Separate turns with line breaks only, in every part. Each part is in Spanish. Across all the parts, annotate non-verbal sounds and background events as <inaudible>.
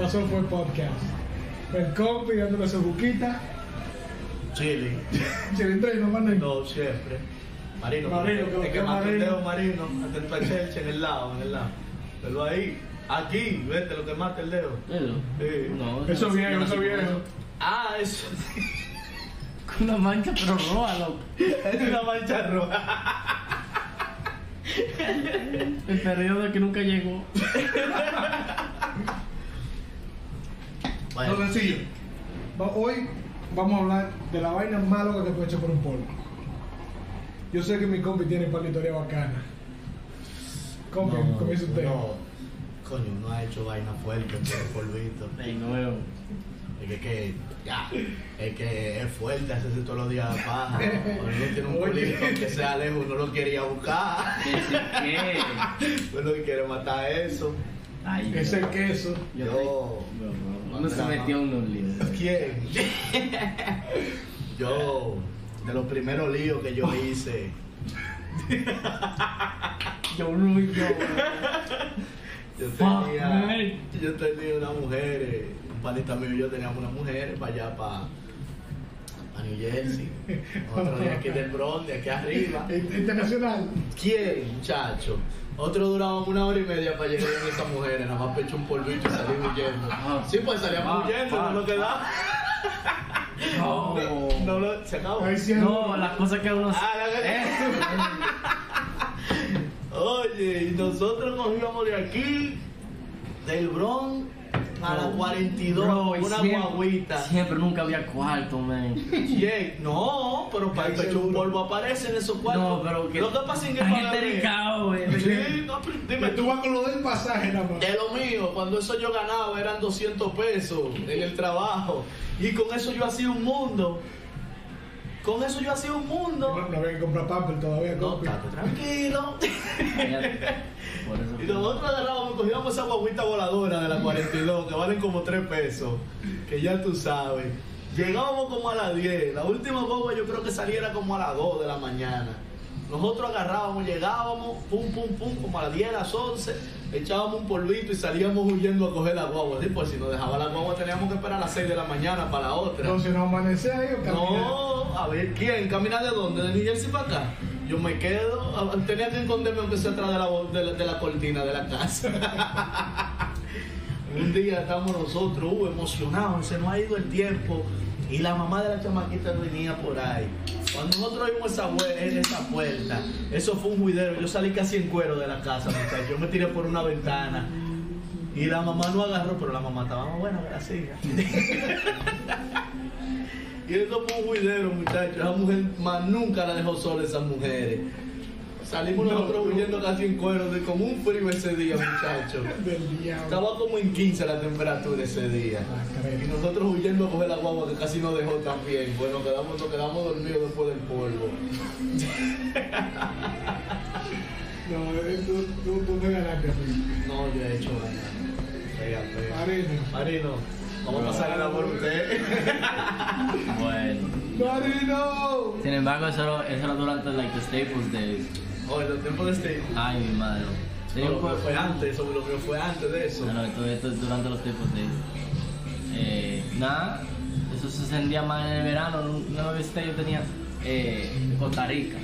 pasó fue podcast. El compi dándole su buquita,
Chile.
Chilindrey no manda
No, siempre. Marino.
Marino,
es
que
que más
Marino.
pendejo Marino. Atento a Chelsea en el lado, en el lado. Pero ahí, aquí, vete lo que mata el dedo. Sí.
No,
Eso
no,
viejo,
no,
eso
no,
viejo.
Ah, eso <laughs> sí.
Con una mancha, pero roja, loco.
Es una mancha roja.
El periodo que nunca llegó.
Lo sencillo. Va- Hoy vamos a hablar de la vaina más loca que te puede echar por un polvo. Yo sé que mi compi tiene para historia bacana. Compi, comienza usted.
No, coño, no ha hecho vaina fuerte por el polvito.
De nuevo.
Es que, que ya, es que es fuerte hacerse todos los días paja. Cuando uno tiene un
Oye.
culito que sea lejos, uno lo quería buscar. <laughs>
¿Qué?
Uno quiere matar eso.
Ay,
Es el queso.
Yo.
Yo.
No, no, uno se metió en un lío.
¿Quién? Yo, de los primeros líos que yo hice,
Yo, Rui, yo.
yo
Fuck,
tenía,
man.
yo tenía una mujer, eh, un palito mío y yo teníamos una mujer para allá, para, New Jersey. Otro día aquí del Bronx, de aquí arriba.
Inter- Internacional.
¿Quién, muchacho? Otro durábamos una hora y media para llegar con esa mujer, nada más pecho un polvito y salir huyendo.
Ah.
Sí, pues salíamos
Ah,
huyendo,
ah.
no lo quedaba.
No.
No lo, se acabó.
Ahí sí es
No, las cosas que uno. Eh,
Ah, la Oye, y nosotros nos íbamos de aquí, del Bronx, a la 42,
Bro, y
una
siempre-
guaguita.
Siempre, nunca había cuarto, <laughs> man.
Yeah, no, pero para el pecho un polvo aparece en esos cuartos.
No, pero que.
Lo que pasa es que
Tan
para mí-
entericado, <laughs> güey.
Sí, no, pero
Me
dime tú.
tú vas con lo del pasaje nada más.
Eh,
De lo mío, cuando eso yo ganaba eran 200 pesos en el trabajo. Y con eso yo hacía un mundo. Con eso yo hacía un
No,
mundo.
no había que comprar pamper todavía,
No,
compi.
estate tranquilo.
Cállate. Por eso.
Y nosotros agarrábamos, cogíamos esa guaguita voladora de la 42, que valen como 3 pesos, que ya tú sabes. Llegábamos como a las 10, la última guagua yo creo que saliera como a las 2 de la mañana. Nosotros agarrábamos, llegábamos, pum, pum, pum, como a las 10, a las 11, echábamos un polvito y salíamos huyendo a coger la guagua. Sí, pues si nos dejaba la guagua teníamos que esperar a las 6 de la mañana para la otra.
Entonces no amanece ahí o camina.
No, a ver, ¿quién? ¿Camina de dónde? ¿De New Jersey para acá? Yo me quedo, a- tenía que esconderme aunque sea atrás de la, bo- de la, de la cortina de la casa. <laughs> Un día estamos nosotros, uh, emocionados, se nos ha ido el tiempo y la mamá de la chamaquita venía por ahí. Cuando nosotros vimos esa, vue- en esa puerta, eso fue un juidero, yo salí casi en cuero de la casa, muchachos. yo me tiré por una ventana. Y la mamá no agarró, pero la mamá estaba "Ah, más buena, <laughs> gracias. Y eso fue un juidero, muchachos. Esa mujer más nunca la dejó sola esas mujeres. Salimos nosotros huyendo casi en cuero, de como un frío ese día, muchachos.
Del diablo.
Estaba como en 15 la temperatura ese día.
Ah, caray.
Y nosotros huyendo a coger la guagua que casi nos dejó también. Bueno, quedamos, nos quedamos dormidos después del polvo.
No, eh, tú, tú, tú me ganaste. compi.
No, yo he hecho vaina. Fíjate.
Marino.
Marino, vamos a pasar el amor usted.
Bueno.
Marino.
Sin embargo, eso era, eso era durante like, the Staples Days.
<laughs> Oye, los tiempos de este.
Ay, mi madre. Tenía
No,
un
lo mío
cuerpo-
fue antes, eso lo que fue antes de eso.
No, no, esto, esto es durante los Staples Days. Eh, nada, eso se sentía más en el verano. Una vez yo tenía eh, de Costa Rica,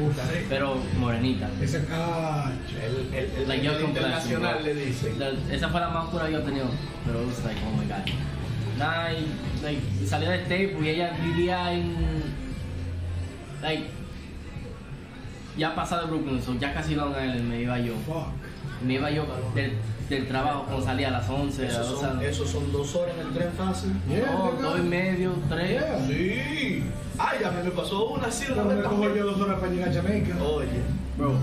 Uf.
pero morenita.
eh. Ese cacho.
El, el, el,
Like,
el
yo con
internacional
plástico.
le dicen.
La- esa fue la más pura que yo he tenido, pero it was like, oh my god. Nah, y, like, salía de Staples y ella vivía en. Like, ya pasada de Brooklyn, so ya casi Long Island me iba yo.
Fuck.
Me iba yo del, del trabajo cuando salía a las 11, a las
Esos
12.
son, esos son dos horas en el tren fácil.
Yeah,
No,
nigga.
dos y medio, tres.
Yeah.
Sí. Ay, ya me pasó una así una
No me
vez
cojo
también.
yo dos horas para llegar a Jamaica.
Oh.
Oye,
Bro,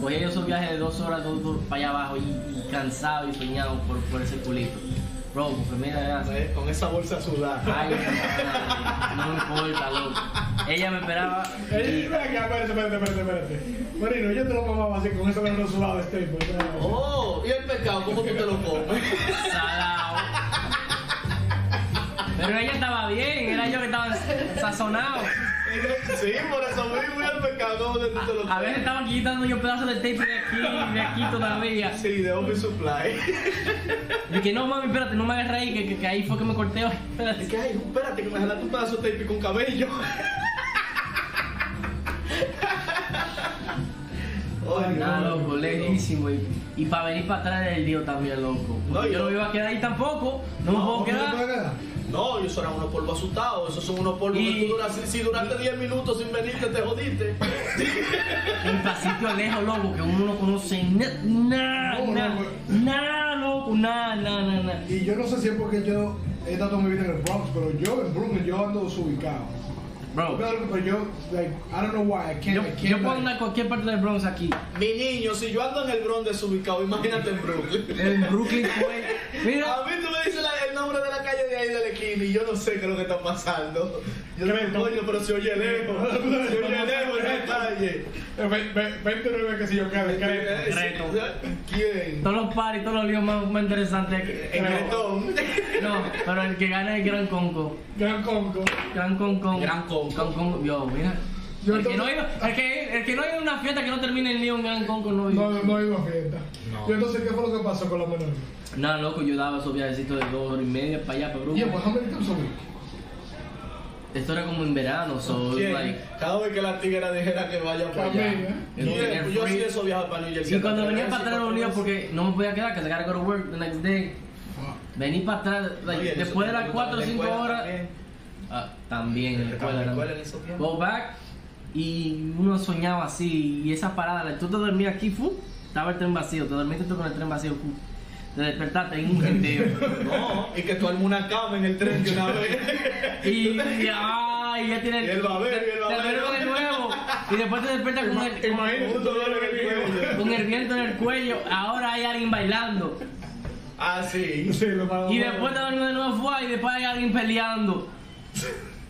cogía yo esos viajes de dos horas dos, dos, para allá abajo y, y cansado y soñado por, por ese culito. Bro, porque mira, mira,
eh, con esa bolsa sudada.
Ay, no me importa, loco. Ella me esperaba.
Ey, ven acá, espérate, espérate, espérate, espérate. Marino, yo te lo mamaba así con ese verano sudado este, pues, de Staples. ¿no?
Oh, y el pescado, ¿cómo tú te lo comes? <laughs>
Salado. Pero ella estaba bien, era yo que estaba sazonado.
Sí, por eso voy voy al mercado donde tú te lo
A ver, estaban quitando yo pedazos de tape de aquí, de aquí todavía.
Sí, de Office Supply.
Y que no, mami, espérate, no me agarré ahí, que, que- que ahí fue que me corté hoy. Espérate.
Es que, ay, espérate, que me jalaste un pedazo de tape con cabello. Ay,
Nah, loco, lejísimo. Y, y para venir para atrás del lío también, loco.
No,
Porque
yo-
yo no me iba a quedar ahí tampoco. Oh, No me puedo
¿Cómo te
quedar.
pagas?
No, ellos eran unos polvos asustados. Esos son unos polvos
Y-
que tú duras. Si, si duraste 10 minutos sin venirte, te
<laughs>
jodiste.
Y para sitio lejos, loco, que uno no conoce nada, nada,
No,
nada,
loco.
loco, nada, nada, nada. nada.
Y yo no sé si es porque yo he estado toda mi vida en el Bronx, pero yo en Brooklyn yo ando desubicado.
Bro,
Pero, pero yo, like, I don't know why, I can't,
yo,
I can't,
yo puedo
like-
andar a cualquier parte del Bronx aquí.
Mi niño, si yo ando en el Bronx desubicado, imagínate en Brooklyn.
En Brooklyn fue. Mira,
A mí tú me dices la- el nombre de la calle de ahí de la esquina y yo no sé qué es lo que está pasando. Yo no me coño, pero se oye lejos.
<laughs>
Se oye lejos esa calle.
Eh, ve- ve- 29 que si yo cada
Eh,
vez.
Creto.
¿Quién?
todos los paris, todos los líos más, más interesantes. aquí.
En Cretón. <laughs>
No, pero el que gana es el Gran Conco.
Gran Congo.
Gran Conco.
Gran Conco.
Yo, mira.
Yo
el, que no
entonces-
iba- el, que, el que no hay una fiesta que no termine el lío en Gran Conco no iba.
No, no he ido a fiesta. Yo entonces, ¿qué fue lo que pasó con la menor?
Nada, loco, yo daba esos viajecitos de dos horas y media para allá, para
Y
Brooklyn.
pues, ¿cómo me a subir?
Esto era como en verano, so,
¿Quién?
like,
Cada vez que la tigra dijera que vaya para allá.
También, ¿eh?
¿Quién?
Tener
Pues Yo sí
free.
eso viaja para New Jersey.
Y cuando venía para atrás
Cinco
de los líos
horas.
porque no me podía quedar, que se gotta go to work the next day. Vení para atrás, like,
Ah. Oye, eso
después de las
también,
4 o
la
5
escuela
horas.
también.
Ah, también, en la
Estaba en la escuela
escuela. también.
en esos tiempos.
Go back y uno soñaba así. Y esa parada, like, tú te dormías aquí, fu, estaba el tren vacío. Te dormiste tú con el tren vacío, fu. Te despertaste
<laughs>
en un gentío.
No, y que tú armas una cama en el tren de
<laughs>
una vez.
y, y, ay, ya tiene
Y el babero, y el
te- te
babero.
duermes de nuevo. Y después te despiertas con el. con-
Imagínate,
Un dolor en el cuello.
con el viento en el cuello, ahora hay alguien bailando.
Ah, sí.
Sí, lo malo.
Y después te dormimos de nuevo fue y después hay alguien peleando.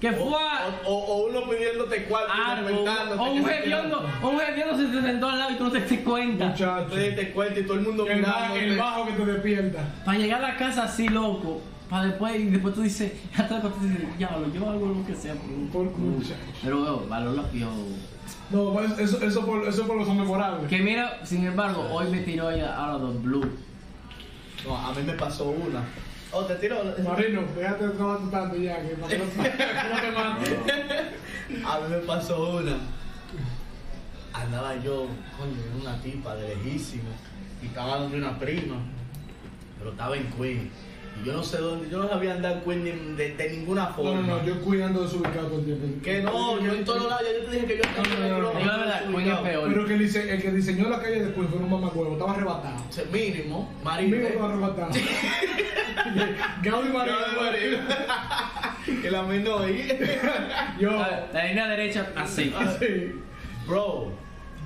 Que
O,
fue
o- o uno pidiéndote cuarto,
algo.
inventándote
Ah, O
que
un
se queda.
hediondo, o un hediondo se te sentó al lado y tú no te diste cuenta.
Muchacho.
Entonces te cuenta y todo el mundo
El, ba-
mirándote.
el bajo que te despierta.
Para llegar a la casa así loco, para después, y después tú dices, <laughs> ya te acostas y dices, ya yo hago lo que sea por un
Por
culo".
muchacho.
Pero veo, valor los pio.
No, pues, eso, eso, por, eso por los son memorables.
Que mira, sin embargo, hoy me tiró ya out of the blue.
No, a mí me pasó una. Oh, te tiro.
Marino, déjate de estar tratando ya, que para que no que no te mates.
A mí me pasó una. Andaba yo, coño, era una tipa de lejísimo. Y estaba donde una prima. Pero estaba en Queen. Y yo no sé dónde, yo no sabía andar en Queen ni- de, de ninguna
No,
forma.
no, no, yo cuidando desubicado todo el tiempo.
Que no, yo en todos lados, yo te dije que yo
No, no, no,
Digo la verdad, Queen es peor.
Pero que el, dise- el que diseñó la calle después fue un mamacuevo, estaba arrebatado.
O sea, Mínimo,
Conmigo
marino.
estaba arrebatado. Gaby Marino. <laughs>
Y la menor ahí.
Yo.
La la línea derecha así.
Sí.
Bro,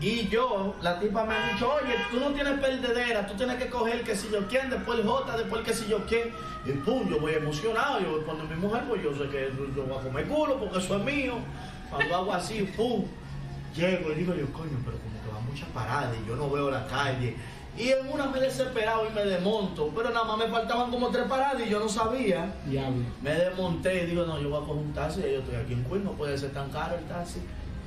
y yo, la tipa me ha dicho, oye, tú no tienes perdedera, tú tienes que coger el que si yo quién, después el J, después el que si yo quién. Y pum, yo voy emocionado, yo voy cuando mi mujer, pues yo sé que yo, yo voy a comer culo porque eso es mío. Cuando hago así, pum, llego y digo yo, coño, pero como que va mucha parada y yo no veo la calle. Y en una me he desesperado y me desmonto, pero nada más me faltaban como tres paradas y yo no sabía.
Diablo. <laughs>
Me desmonté y digo, no, yo voy a coger un taxi, ya yo estoy aquí en Queens, no puede ser tan caro el taxi.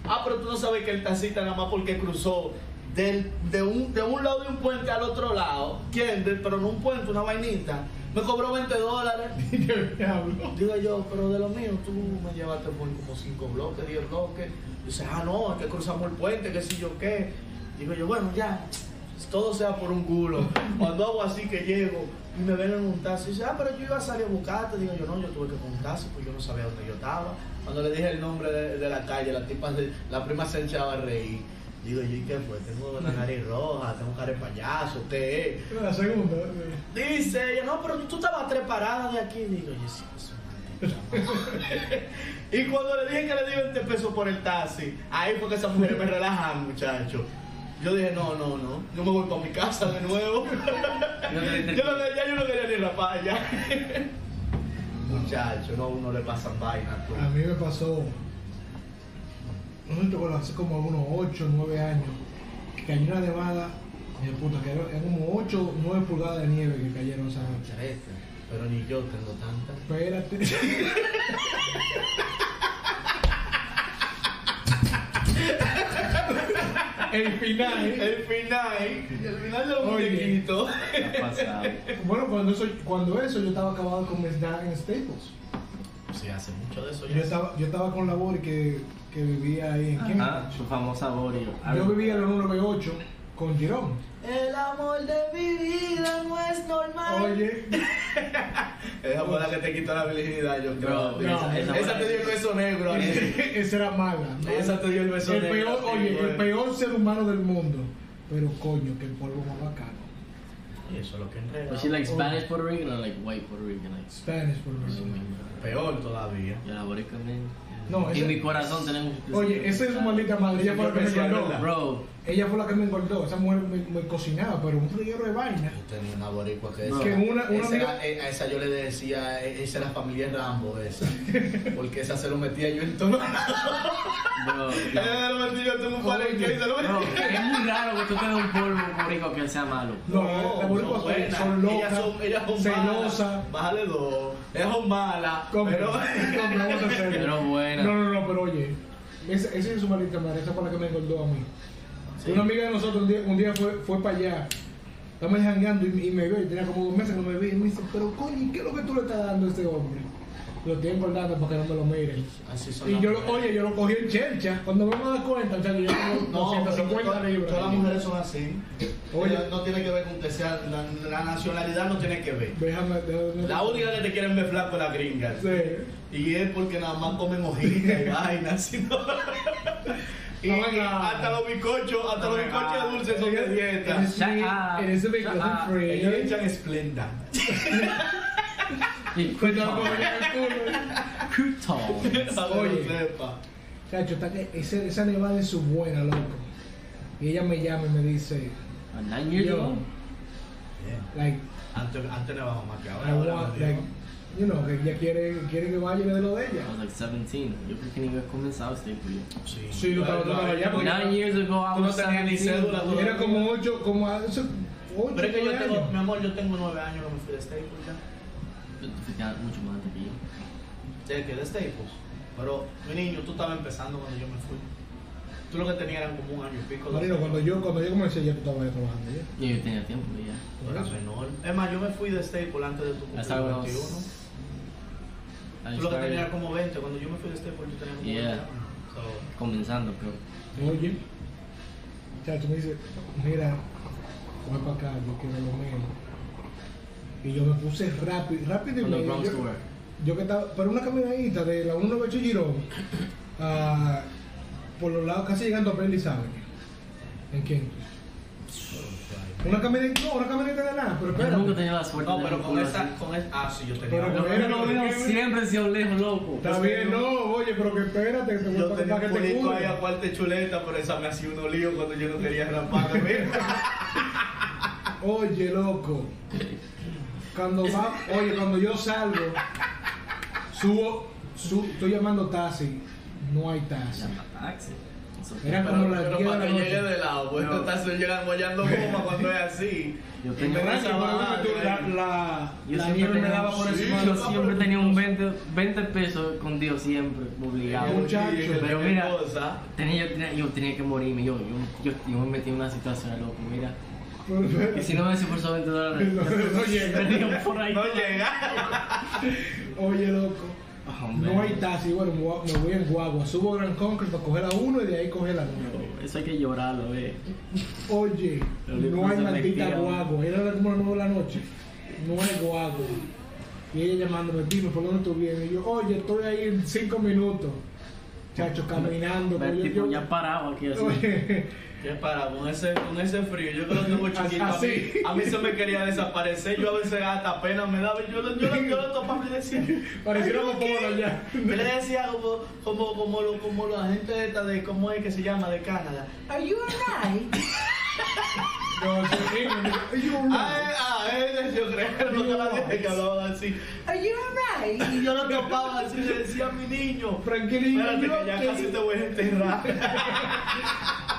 Ah, pero tú no sabes que el taxista nada más porque cruzó del- de, un, de un lado de un puente al otro lado, ¿quién? De- pero no un puente, una vainita, me cobró 20 dólares.
Diablo.
Digo yo, pero de lo mío, tú me llevaste por como 5 bloques, 10 bloques. Dice, ah, no, es que cruzamos el puente, qué sé yo qué. Digo yo, bueno, ya, todo sea por un culo. Cuando hago así que llego y me ven en un taxi, dice, ah, pero yo iba a salir a buscarte. Digo yo, no, yo tuve que coger un taxi, pues yo no sabía dónde yo estaba. Cuando le dije el nombre de, de la calle, la, tipa se- la prima se echaba a reír. Digo yo, ¿y qué fue? Tengo una nariz roja, tengo cara de payaso, usted es.
La segunda. eh.
Dice ella, no, pero tú estabas tres paradas de aquí. Digo, yo sí, eso <laughs> Y cuando le dije que le di 20 pesos por el taxi, ahí fue que esas mujeres me relajan, muchacho. Yo dije, no, no, no, yo me voy para mi casa de <laughs> nuevo.
No te diste
yo no, ya yo no quería ni rapar, ya. <laughs> Muchacho, no, uno le pasan vainas. pues. tú.
A mí me pasó, no sé, te acuerdas, hace como unos 8, 9 años, que cayó una nevada, y de puta, que eran como 8, 9 pulgadas de nieve que cayeron esa noche.
Charete, Pero ni yo tengo tantas.
Espérate. El final, ¿eh?
<laughs> El final, el final de los
Oye.
muñequitos.
¿Qué ha pasado?
<laughs> Bueno, cuando eso, cuando eso yo estaba acabado con Miss en Staples.
Se hace mucho de eso
Yo
ya.
estaba, yo estaba con la Bori que, que vivía ahí en Química.
Ah, su famosa Borio.
ah.
Yo vivía en la 198 con Girón.
El amor de mi vida no es normal.
Oye, <laughs>
Esa fue la que te quitó la virginidad, yo creo.
Bro,
esa-
esa,
esa
fue la-
te dio el beso negro.
esa era mala. ¿no?
esa te dio el beso
El
negro.
peor, oye, el peor ser humano del mundo. Pero coño, que el polvo más bacano.
Y eso es lo que enreda.
Pues
Was she like Spanish Puerto Rican or like white Puerto Rican? Like,
Spanish por lo menos.
Peor todavía.
Yo la Boricua, man.
No,
En mi
ese-
corazón tenemos.
oye, esa es su maldita madre. Ella fue la que me
Yo pensé,
engordó.
¿verdad?
Bro,
Ella fue la que me engordó. Esa mujer me, me cocinaba, pero un reguero de vaina.
Yo tenía una boricua que
No.
esa-
Que una- una
esa era-
amiga-
eh, a esa yo le decía, eh, esa era familia Rambo,
<laughs>
esa. Porque esa se lo metía yo en todo.
bro.
<laughs> Ella se lo metía yo en todo un palenque y se lo
Bro,
metía.
es muy raro que tú tengas un polvo boricua que sea malo.
No,
No,
las
no,
boricuas
buena.
son
Ellas
locas,
son, ellas son
celosas.
malas. Bájale dos. Ellas son malas.
Compra,
Pero.
<laughs> compra, vamos a hacerlo.
Pero buena.
No, no, no, pero oye, esa, esa es su maldita madre, esa fue la que me engordó a mí.
Sí.
Una amiga de nosotros un día, un día fue, fue para allá, estábamos jangueando y, y me vio, y tenía como dos meses que no me vi, y me dice, pero coño, ¿y ¿qué es lo que tú le estás dando a ese hombre? Lo estoy engordando para que no me lo miren.
Así son
Y
las
yo, lo,
mujeres.
oye, yo lo cogí en chercha, cuando me voy a dar cuenta, o sea, que yo tengo
No, pero
250
todas-
libras.
Todas las mujeres son así.
Oye.
Ellas no tiene que ver con que sea. La, la nacionalidad no tiene que ver.
Déjame, déjame-
La única que te quieren ver flaco es la gringa.
Sí.
Y es porque nada más comen hojitas y <laughs>
<laughs>
vainas. sino- y
No, venga.
hasta los bizcochos, hasta los
No, venga.
bizcochos dulces son de dieta. ah.
Eres mi- eres
up.
mi
Shut
cousin
up.
friend.
Ellos le echan esplenda.
Y
Cuéntame cómo
crouton.
venía el culo.
<laughs>
Crouton.
<laughs> Oye.
Sepa.
Cacho, está que ese- esa nevada es su buena, loco. Y ella me llama y me dice,
A nine years
Yo.
ago?
Bien.
like,
Antes, antes le vamos más que ahora.
I want, like, you know, que ella quiere, quiere que vaya y le dé lo de
I was
ella.
like 17. Yo creo que ni había comenzado este periodo.
sí,
Sí, yo estaba- yo estaba allá porque-
Nine years ago, I
Tú no
was
tenías ni
17.
cédula, tú no
Era como ocho, como a- eso, ocho,
Pero es que yo
nueve
tengo, mi
años.
amor, yo tengo nueve años que me fui de Staples ya.
Tú te fuiste mucho más antes que yo.
¿De qué? De Staples. Pero, mi niño, tú estabas empezando cuando yo me fui. Tú lo que tenías eran como un año y pico. dos
Marino,
años.
cuando yo, cuando yo comencé, ya tú estabas ahí trabajando ¿eh? ya.
Y yo tenía tiempo ya.
Tú eras menor. Es más, yo me fui de Staples antes de tu cumpleaños
Hasta cuando.
21.
I
Tú lo que tenías era
started
como 20. Cuando yo me fui de Staples, tú tenías como
Yeah.
20 años. So,
comenzando, pero.
Oye, chacho me dice, mira, voy para acá, yo quiero lo menos. Y yo me puse rápido, rápido y
From the
medio.
Bronx
Yo-
to where?
Yo que estaba, pero una caminadita de la 198 Girón, a- por los lados casi llegando a Pérez Avenue, en Kentucky. Una caminadita, no, una caminadita de nada, pero
Yo
espera.
nunca he tenido la suerte
no,
de
pero
ver
con
un
esa,
culo
con esa. Ah, sí, yo tenía.
Pero
así.
uno.
Lo que no
Pero-
veo siempre se lejos, loco.
Está bien, no, oye, pero que espérate, que te voy
Yo
a
tenía
contar que
un
te
culito ahí
cubra.
aparte chuleta, pero esa me hacía un lío cuando yo no quería raparme.
Oye, loco. Cuando va, oye, cuando yo salgo, subo, su- estoy llamando taxi, no hay taxi.
Llama taxi. Eso-
Era
Pero,
como la
pero
10 de
para
la
que llegue
noche.
de lado, pues
No.
no estás llegando hallando goma cuando es así.
Yo
Y
tengo
me
Pero
vas
esa
a
vaina
bajar.
que tú- La,
¿eh?
la,
Yo
la
siempre
nieve me
tenía,
daba por
Sí,
encima.
yo siempre tenía un 20, 20 pesos escondido siempre, obligado.
Mucho. muchacho,
pero mira.
Cosa.
Tenía, yo, tenía, yo tenía que morirme, yo, yo, yo, yo me metí en una situación, loco, mira. Y si no me hubiese forzado 20 dólares,
<laughs> No, no llega.
perdía por ahí.
No llega.
Oye, loco.
Oh, man.
No hay taxi, bueno, me voy- me voy en guagua. Subo a Grand Conquer para coger a uno y de ahí coger a otro.
Eso hay que llorarlo, eh.
Oye,
Pero le
no hay
puse
maldita
mentira.
guagua. Era como las nueve de la noche. No hay guagua. Y ella llamándome, dime, ¿por dónde tú vienes? Y yo, oye, estoy ahí en cinco minutos. Chacho, caminando.
Ve,
pero yo-
tipo,
yo-
ya parado aquí así.
<laughs> Oye,
Que para, con ese, con ese frío, yo que lo tengo chiquito. A mí,
Así.
a mí se me quería desaparecer, yo a veces hasta pena me daba. Yo, lo- yo, lo- yo lo topaba y le
<laughs>
decía.
pareciéramos polos ya.
Yo le decía como, como, como, lo, como la gente esta de, ¿cómo es que se llama? De Canadá. Are you alright?
<laughs>
No, sí, sí, sí, yo,
Ah, eh, ah, eh, yo <laughs> creo lo que la gente que hablaba así. Are you alright? Y yo lo topaba así y le decía a mi niño.
Franklin,
Espérate
yo
que ya
que-
casi te voy a enterrar.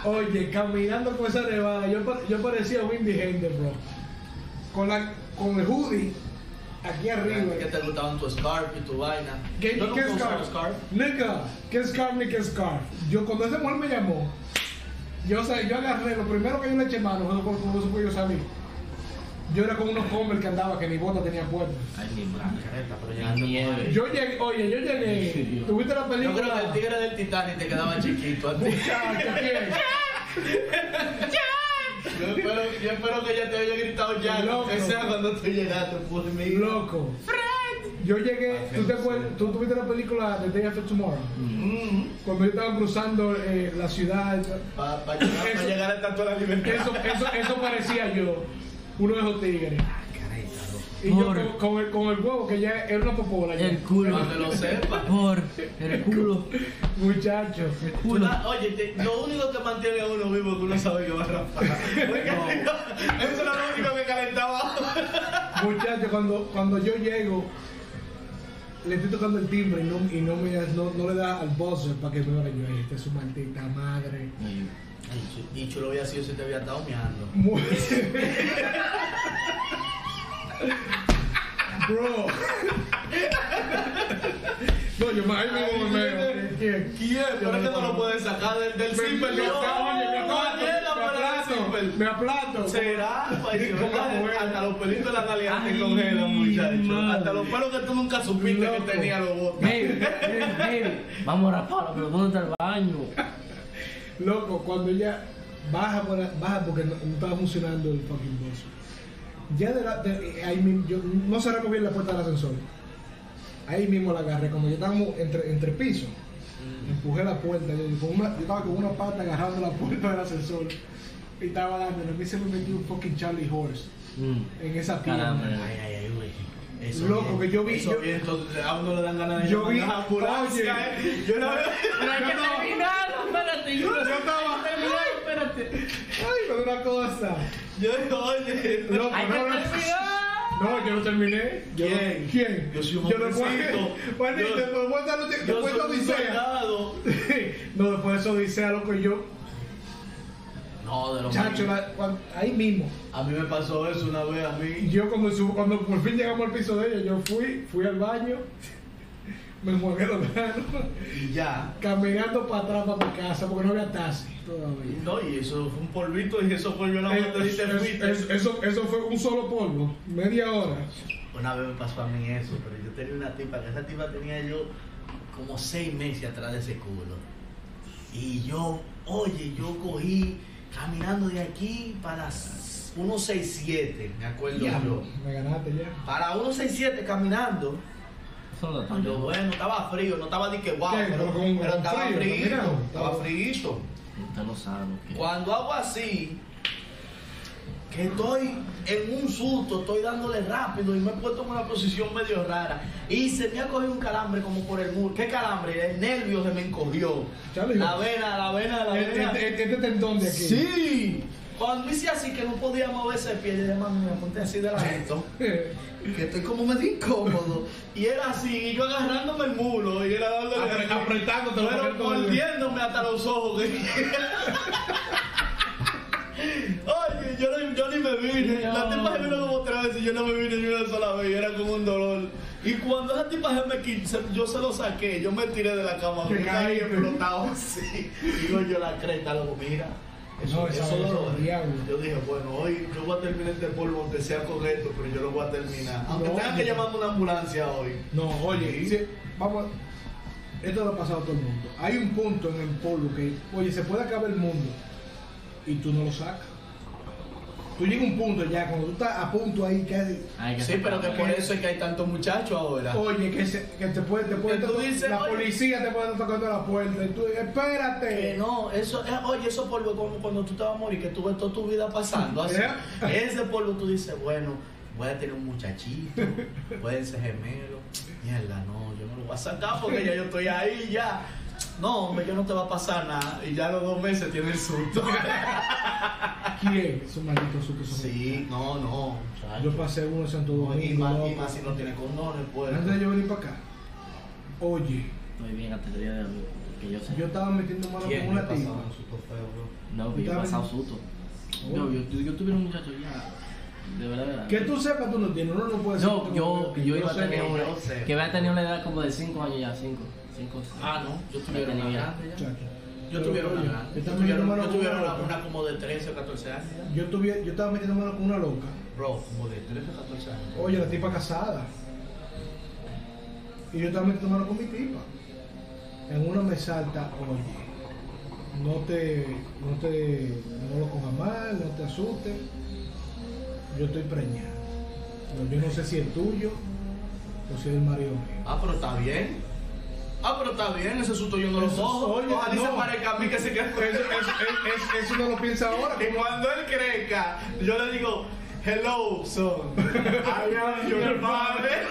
Oye, caminando con esa nevada, yo, pa- yo parecía un indigente, bro. Con, la, con el hoodie Aquí arriba.
Que te gustaban tu scarf y tu vaina.
¿Qué,
Yo no
qué
puedo usar
scarf? Nigga, ¿qué scarf ni qué scarf? Yo cuando esa mujer me llamó, yo, o sea, yo agarré, lo primero que yo le eché mano, fue como como eso fue yo salí. Yo era con unos Converse que andaba, que mi bota tenía puerta.
Ay, mi madre.
Careta, pero
La
llegaste
nieve.
por ahí.
Yo llegué, oye, yo llegué, tuviste la
Yo
película.
creo que el tigre del Titanic te quedaba chiquito a ti.
Muchacho, ¿quién?
Yo espero, yo espero que ya te haya gritado ya,
Loco.
que sea cuando tú llegaste por mí.
Loco. Yo llegué, ¿tú te acuerdas? ¿Tú tuviste la película de Day After Tomorrow?
Mm,
Cuando yo estaba cruzando eh, la ciudad,
pa- pa llegar, pa
Eso.
llegar al tanto de la libertad.
eso, eso, eso parecía yo, uno de esos tigres.
Careta, loco.
Y yo con, con el, con el huevo, que ya era una popola. ya.
El culo.
Para que lo sepa.
Por el culo.
Muchacho.
Tú
Culo.
la- oye, te- lo único que mantiene a uno vivo es que uno sabe que va a rapar. Eso era lo único que calentaba.
Muchacho, cuando, cuando yo llego, le estoy tocando el timbre y no, y no, me, no, no le da al buzzer para que me vaya yo. "Ay, Esta es su maldita madre.
Y chulo había sido si te había estado mirando.
Mu- Bro. No, yo me ahí mismo me meo. ¿Quién?
¿Quién? Pero es que no lo puedes sacar del, del
Me- me-
zipper,
me-
no.
oye, me aplato,
Daniela,
me
para el
aplato,
zipper.
Me aplato.
¿Será? Pues,
<laughs> ¿Cómo fue?
Hasta los pelitos de la nalga te
Ay,
congelan, muchachos.
madre.
Hasta los pelos que tú nunca supiste
Loco.
que tenía los botas.
Baby, baby, baby. Vamos a raparlo, pero ponte al baño.
Loco, cuando ella baja, por la- baja porque no, no estaba funcionando el fucking bus. Ya de la, de- ahí mismo, yo no cerramos bien la puerta del ascensor. Ahí mismo la agarré, como yo estábamos entre, entre pisos,
Mm.
empujé la puerta. Yo, con una- yo estaba con una pata agarrando la puerta del ascensor y estaba dándole. A mí se me metió un fucking Charlie Horse
Mm.
en esa
Caramba.
pierna.
Ay, ay, ay, güey. Eso
Loco,
bien.
que yo vi-
Eso
yo-
bien, entonces, a uno le dan ganas de
Yo
llamar
vi-
a la ambulancia,
oye.
¿eh? Yo no
Pero hay que
No.
terminarlo, espérate. Yo
<laughs> Yo estaba-
Hay que terminarlo, espérate.
Ay, pero una cosa.
Yo digo, oye.
Loco,
Hay que
no, no.
terminar.
No, yo no terminé. Yo no-
¿Quién?
¿Quién?
Yo soy un
no puedo.
hombrecito.
Juanito,
Yo-
después voy a dar-
Yo
después
soy
de
un
Odisea.
soldado.
<laughs> no, después de eso dice algo que yo,
No, de los
chacho, la- cuan- ahí mismo.
A mí me pasó eso una vez a
Y
mí.
yo cuando, subo- cuando por fin llegamos al piso de ella, yo fui, fui al baño, <laughs> me enjuagué los manos, <laughs>
Y ya.
caminando para atrás para mi casa porque no había taxi todavía.
No, y eso fue un polvito y eso fue yo la vuelta y te
Eh, Es-
fuiste.
es- eso, eso fue un solo polvo, media hora.
Una vez me pasó a mí eso, pero yo tenía una tipa, que esa tipa tenía yo como seis meses atrás de ese culo. Y yo, oye, yo cogí caminando de aquí para las 167, me acuerdo
Diablo,
yo.
me ganaste ya.
Para 167 caminando.
Solo la
Yo,
talla.
bueno, estaba frío, no estaba ni que guau,
¿Qué?
pero,
Pero con-
pero
con
estaba
frío,
frío,
caminando.
estaba frío.
Usted lo sabe lo que-
Cuando hago así, que estoy en un susto, estoy dándole rápido y me he puesto en una posición medio rara. Y se me ha cogido un calambre como por el muro. ¿Qué calambre? El nervio se me encogió.
Chale,
La
yo.
vena, la vena, la
Este,
vena.
este- este tendón
eh,
de aquí. <laughs>
Sí. Cuando hice así que no podía moverse el pie, yo dije, mami, me monté así de ladito.
Eh,
Que estoy como <laughs> medio incómodo. Ah, Y era así, y yo agarrándome el mulo, y era dándole.
Apre- apretándote,
pero
apretándote.
mordiéndome hasta los ojos. <laughs> Oye, yo, no- yo ni me vine. La tipa se vino como tres veces y yo no me vine ni una sola vez. Y era como un dolor. Y cuando esa tipa se me quitó, yo se lo saqué. Yo me tiré de la cama.
Te
me caí
caíste.
explotado así. Digo yo la creta, luego mira.
No, esa vez
lo-
es un diablo.
Yo dije, bueno, hoy yo voy a terminar este polvo, aunque sea con esto, pero yo lo voy a terminar. Aunque
No.
tenga que llamarme una ambulancia hoy.
No, oye, sí, vamos. a- Esto lo ha pasado a todo el mundo. Hay un punto en el polvo que, oye, se puede acabar el mundo y tú no lo sacas. Tú llegas a un punto ya, cuando tú estás a punto ahí, que haces,
Hay que
Sí, pero que
sacarlo.
por eso es que hay tantos muchachos ahora.
oye, que, se- que te puede, te puede
Que tú
estar-
dices,
la
oye.
policía te puede estar tocando la puerta y tú dices,
Que
espérate.
no, eso, eh, oye, eso polvo es como cuando tú te vas a morir, que tú ves toda tu vida pasando así.
Yeah.
Ese polvo tú dices, bueno, voy a tener un muchachito, pueden ser gemelos. Mierda, no, yo no lo voy a sacar porque ya yo estoy ahí, ya. No, hombre, yo no te va a pasar nada. Y ya a los dos meses tiene
<laughs>
el susto.
¿Quién? Su maldito susto. su-
Sí, no, no. muchacho.
Yo pasé uno en Santo
No, y
Domingo.
más, y
loco.
más si no tiene condones, pues.
Antes de yo venir para acá, oye,
Muy bien, hasta el día de hoy. Que yo sé.
yo estaba metiendo mano
¿Quién
con
le
una
pasaba
tipa.
un susto feo, bro?
No, que yo he
Estaba-
pasado susto. No, yo, yo tuve un muchacho ya. De verdad, de verdad.
Que tú sepas, tú no tienes. Uno no puede ser.
No, yo, yo iba a tener
que
una,
yo sé.
que había tenido una edad como de 5 años ya, 5, 5,
Ah, no, yo tuviera
Ya
una
tenía.
grande ya.
Chacho.
Yo
Pero,
tuviera una
oye,
grande.
yo
Yo
también
tuviera
tomo
una-
la
yo tuviera
coca
una
loca.
una como de 13 o 14 años. ya.
Yo, tuviera- yo estaba metiendo mano con una loca.
Bro, como de 13 o 14 años.
Oye, la tipa casada. Y yo estaba metiendo mano con mi tipa. En una me salta, oye. No te, no te, no lo cojas mal, no te asustes. Yo estoy preñada. Pero yo no sé si es tuyo o si es el marido mío.
Ah, pero está bien. Ah, pero está bien, ese susto yo no lo
Eso es-
cojo.
oye,
Ojalá y se
no.
parezca a mí que se quede
Eso, eso- eso- eso no lo piensa ahora.
Y cuando él crezca, yo le digo, hello, son. I am your father.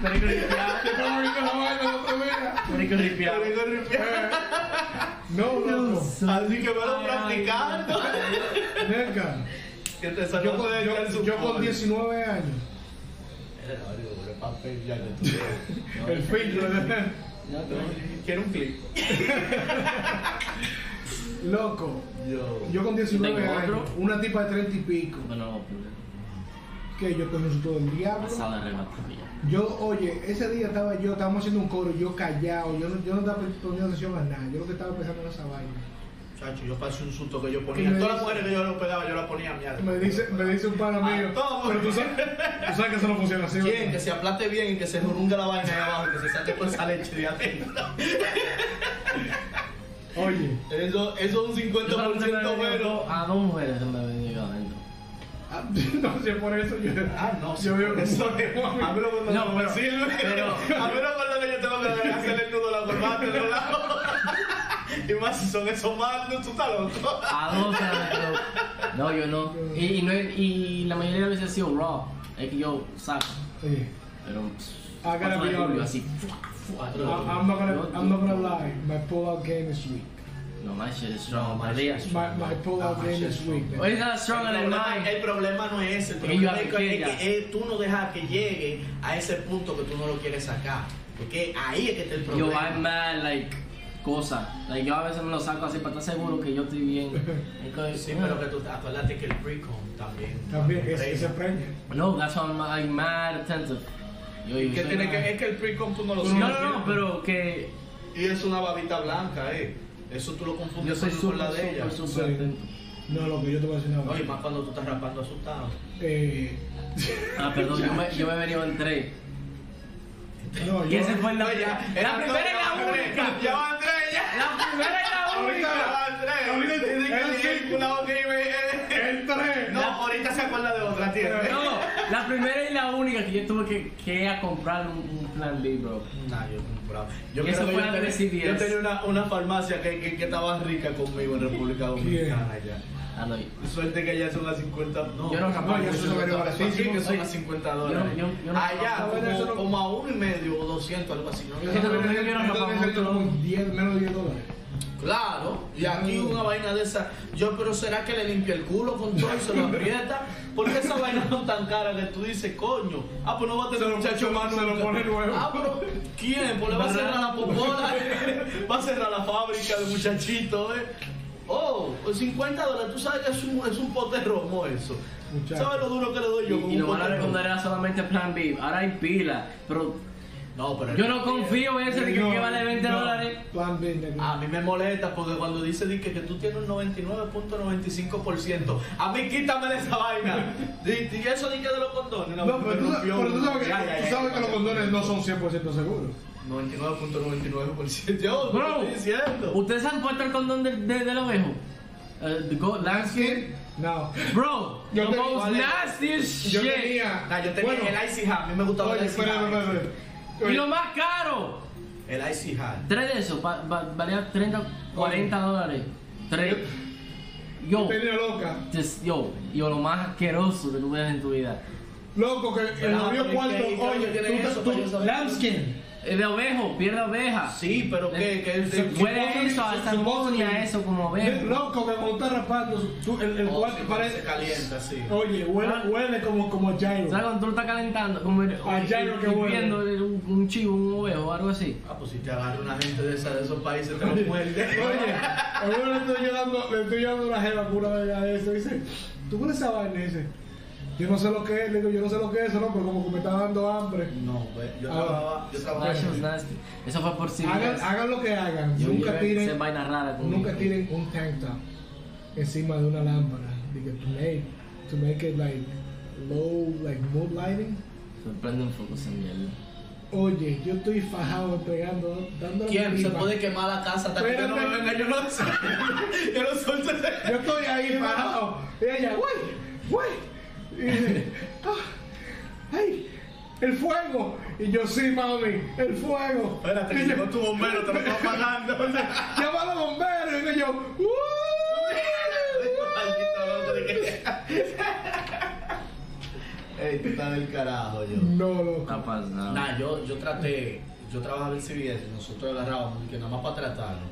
Marico ripiado,
Estamos viendo la vaina la otra vez.
marico ripiado.
Te vengo ripiando.
No, loco.
Así que velo
Ay, ay,
practicando.
Venga.
Que te salió
Yo,
con
con-
el
yo, yo con 19 años. El filtro. ¿eh? ¿verdad?
No, no.
<laughs> Quiero un clip.
Loco.
Yo.
Yo con 19
Tengo otro.
años. Una tipa de 30 y pico.
Bueno,
Que yo con un todo el diablo.
pasado de rebatida.
Yo, oye, ese día estaba yo, estábamos haciendo un coro, yo callado, yo no, yo no estaba poniendo atención a nada, yo lo que estaba pensando en esa vaina.
Chacho, yo pasé un susto que yo
Y
ponía.
me
Todas las
dice-
mujeres que yo lo pegaba, yo las ponía a mierda.
Me dice, me dice un pana
Ah,
mío,
todo.
pero tú sabes, tú sabes que eso no funciona así.
Bien, que
¿verdad?
se aplate bien y que se jorunga la vaina ahí abajo, que se saque con esa leche de adentro.
Oye,
Eso, eso es un 50% menos.
A dos mujeres se me habían llegado adentro.
ah, <laughs> no sé por eso yo...
Ah, no,
Yo veo que
eso es. Hablo con
No,
no,
pero-
<laughs> sirve.
pero-
Hablo con lo que yo tengo que hacer el nudo a la corbata, el otro lado. <laughs> Y más si son esos mandos, tú estás loco.
A dos se me habían llegado. No, yo no. Y, y no es- y la mayoría de las veces ha sido raw. Es que yo saco.
Oye,
Pero. pff,
Ah, cara,
cuatro de
diablo.
julio, así. fuá, fuá,
I-
yo-
I'm not gonna,
yo-
I'm not gonna lie, my pull-out game is weak.
No, my shit is strong.
No,
My
my
day
shit
is
is
My, my
Ah,
pull-out game is weak. man.
strong. It's not strong
el,
and
problema,
mine.
el problema no es ese, el
Porque yo
problema es que,
apliqué
es que tú no dejas que llegue a ese punto que tú no lo quieres sacar. Porque ahí es que está el
Yo,
problema.
I'm mad, like, cosa. Like, yo a veces me lo saco así para estar seguro que yo estoy bien. Entonces,
Sí, pero que tú acuérdate que el pre-con también.
También, es, ese premio.
No, that's why I'm, I'm mad attentive. Yo, yo
Que
soy
tiene
mad.
que, es que el pre-con tú no lo
No,
sabes.
no, no, pero que
Y es una babita blanca, eh. Eso tú lo
yo
confundes
soy
con
súper,
la de ella.
súper, súper
Sí.
atento.
No, loco, yo te voy a decir una
Oye,
vaina.
más cuando tú estás rapando asustado.
Eh,
Ah, perdón, yo me, yo me he venido en tres.
no,
Y
yo...
ese fue el
No, ya,
La
era todo,
primera es
ya
la
va Andrés,
única.
Ya va Andrés, ya.
La primera es la
Ahorita-
única.
Ya va Andrés.
Ahorita te-
Dice
el
que el
cinco.
circulado que iba, eh, eh.
El tres.
No, ahorita se acuerda de otra, tío.
No, la primera y la única que yo tuve que, que ir a comprar un, un plan B, bro.
Nah, yo compraba. Yo
Y eso
creo que
fue
yo
la
tenía-
310.
Yo tenía una, una farmacia que, que, que estaba rica conmigo en República Dominicana ya.
Ah, no,
Suerte que allá son las 50. No,
Yo no rapaba,
yo
yo
soy baratísimo.
Aquí que son las 50 dólares.
Yo- yo- yo no
allá,
rapaba,
como,
eso no-
como a uno y medio o 200, algo así. ¿no?
Yo creo que me salió como 10, menos de 10 dólares.
Claro, y aquí
Mm.
una vaina de esa. Yo, pero será que le limpia el culo con todo y se lo aprieta? Porque esas vainas son tan caras que tú dices, coño, ah, pues no va a tener
Se lo-
muchacho más
se lo
nunca.
pone nuevo.
Ah, pero ¿quién? Pues le va a cerrar la popola, eh. va a cerrar la fábrica de muchachitos, ¿eh? Oh, pues 50 dólares, tú sabes que es un, es un pote romo eso.
Muchacho.
¿Sabes lo duro que le doy yo con
Y, y
un
lo van a
pote romo?
recomendar era solamente plan B. Ahora hay pila. Pero
No, pero
yo no confío en ese de que,
No,
que vale 20
no,
dólares.
Plan B, negro.
A mí me molesta porque cuando dice di que, que tú tienes un 99.95%, a mí quítame de esa vaina. Y, y eso di que de los condones.
No, pero tú,
yo-
pero tú sabes que,
Ya, ya,
tú
ya,
sabes
ya,
que los
ya.
condones no son 100% seguros.
99.99%. Yo, ¿qué
Bro,
estoy diciendo?
¿ustedes han puesto el condón del de, del ovejo? Eh, the gold landscape.
No.
Bro,
Yo
the
tenía-
most
vale.
nastiest
Yo
shit.
tenía.
Nah, yo tenía
bueno,
el Icy Hard, a mí me gustaba
Oye,
el Icy
espera, espera,
Hard.
espera.
Y
Oye,
lo más caro.
El Icy Hard.
Tres de esos. pa- va- valía 30, 40 dólares. Tres. Yo.
tenía loca.
just- yo, yo, lo más asqueroso que tú veas en tu vida.
Loco, que el
Pero,
novio
pero,
cuarto.
¿y qué- y qué
Oye,
tiene
tú-
eso
tú.
para yo saber?
Lambskin.
El de ovejo, pierde oveja.
Sí, pero ¿qué? ¿Qué?
Se-
qué-
Huele eso a salmón y a eso como ovejo.
Loco, que cuando está rapando, tú- el, el
Oh,
cuarto
sí,
parece.
se calienta, sí.
Oye, huele, huele como, como gyro.
¿Sabes cuando tú lo estás calentando? Como el,
Ah, ya lo que huele.
hirviendo el- un, un chivo, un ovejo o algo así.
Ah, pues si te agarra una gente de esa, de esos países, te lo muerde.
Oye, A uno le estoy llorando, le estoy llorando una jeva pura de eso. Dice, ¿tú pones esa vaina? Dice, yo no sé lo que es, le digo, yo no sé lo que es eso, no, pero como que me está dando hambre.
No, pues, yo
Ah.
trabajaba, yo trabajaba.
That shit was nasty. Eso fue por si
Hagan, hagan lo que hagan, nunca tiren,
vaina rara con
nunca tiren un tank top encima de una lámpara. Dije, to make, to make it like low, like mood lighting.
Me prenden fuego esa mierda.
Oye, yo estoy fajado pegando, dando
¿Quién? Se puede quemar la casa hasta que yo no me
Espérate.
venga. Yo no sé. <laughs> Yo no suelto ese-
Yo estoy ahí parado. Y ella, güey, güey. Y dice, "Ah, ay, el fuego. Y yo, sí, mami, el fuego.
Espérate, que
Y yo,
llegó tu bombero, te lo está <laughs> apagando. Maldito
llama a los bomberos. Y digo yo, "Uh,
loco de que- Ey, tú estás del carajo, yo.
uh". No, loco.
No pasa nada.
Nah, yo, yo traté, yo trabajaba en CBS, nosotros agarrábamos, que nada más para tratarlo.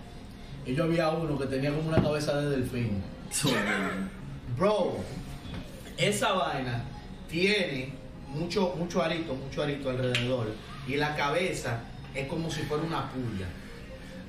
Y yo había uno que tenía como una cabeza de delfín.
Eso es horrible.
Bro, esa vaina tiene mucho, mucho arito, mucho arito alrededor. Y la cabeza es como si fuera una puya.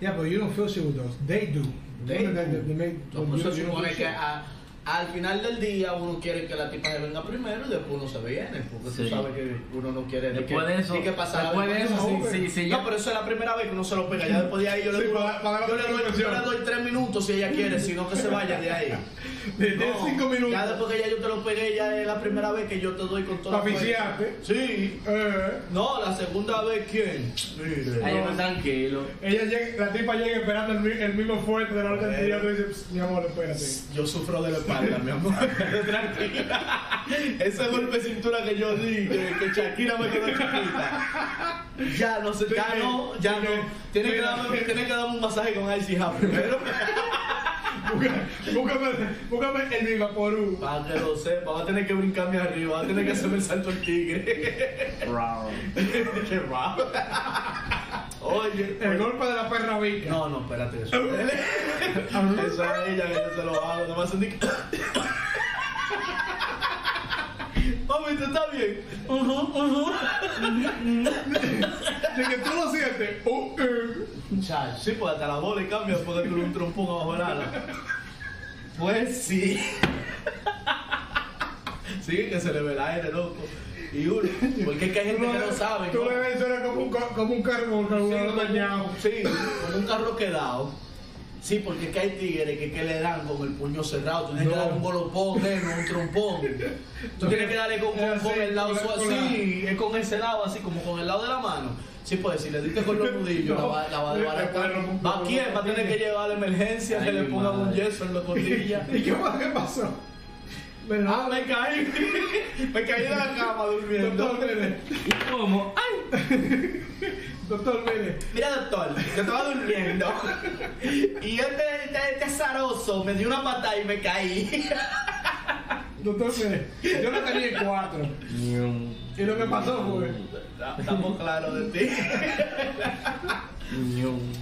Yeah, but you don't feel shit with those. They do.
They
Remember that
do.
they make-
No, por eso
you don't
supone
feel
que
shit.
a- al final del día uno quiere que la tipa se venga primero y después uno se viene. Porque tú
Sí.
sabes que uno no quiere.
Después
que,
de eso,
y que pasara
después de
algo
eso,
más.
sí,
No,
sí, sí,
No,
ya-
pero eso es la primera vez que uno se lo
<laughs>
pega. Ya después de ahí yo le,
Sí,
doy,
para- para la
yo le doy-
continuación.
yo le doy tres minutos si ella quiere, si no que se vaya de
<laughs>
ahí.
De- de cinco minutos.
Ya después que ya yo te lo pegué, ya es la primera vez que yo te doy con toda
Pa'
fuerza.
viciarte.
Sí.
Eh,
No, la segunda vez, ¿quién? Mire.
Ahí no tranquilo.
ella llega, la tipa llega esperando el, mi- el mismo fuerte de la hora anterior. Tú dices, "Psst, mi amor, espérate.
Yo sufro de la espalda, mi amor. Tranquila. Ese golpe de cintura que yo di, que, que Shakira me quedó chiquita. Ya no sé, ya no, ya no. Tienes que darme, tienes que darme un masaje con Icy Hub primero.
Busca- Búscame, búscame el Vivaporú.
Para que lo sepa, va a tener que brincarme arriba, va a tener que hacerme el salto al tigre.
Wow.
<laughs> Qué raro. Oye.
El golpe de la perra vica.
No, no, espérate. Eso Eso a ella que yo se lo hago. Nada más sentí que. Mami, ¿tú estás bien? Uh-huh,
De que tú lo sientes. Oh, eh.
Chacho, sí, pues hasta la bola y cambia después de que un trompón abajo del ala. Pues sí. <laughs> Sí, que se le ve el aire, loco. Y uno, porque es que hay gente que no sabe.
Tú
¿no?
le ves era como un, ca- como un carro con
Sí,
carburador
como-
dañado.
Sí, con un carro quedado. Sí, porque es que hay tigres que, que le dan con el puño cerrado. Tú tienes que
No.
darle un golopón, neno, un trompón. Tú tienes que darle con, con-
Así,
con el lado
con la-
suave.
con la-
Sí, es con ese lado, así como con el lado de la mano. Sí, pues si le diste con los nudillos, la va, la va a
No,
desbaratar.
le- le puede
¿Va quién? Va a tener que llevar a la emergencia,
Ay,
que le
mi
pongan un
madre.
yeso en la costilla.
<laughs> ¿Y qué más qué pasó? Me la-
ah, me caí. <laughs> me caí de la cama durmiendo.
Doctor, mire.
¿Y cómo? ¡Ay!
Doctor, mire.
Mira, doctor, yo estaba durmiendo y este, este, este azaroso me dio una patada y me caí.
Doctor, mire. Yo me caí en cuatro. ¿Y lo que pasó fue?
Estamos claros de ti.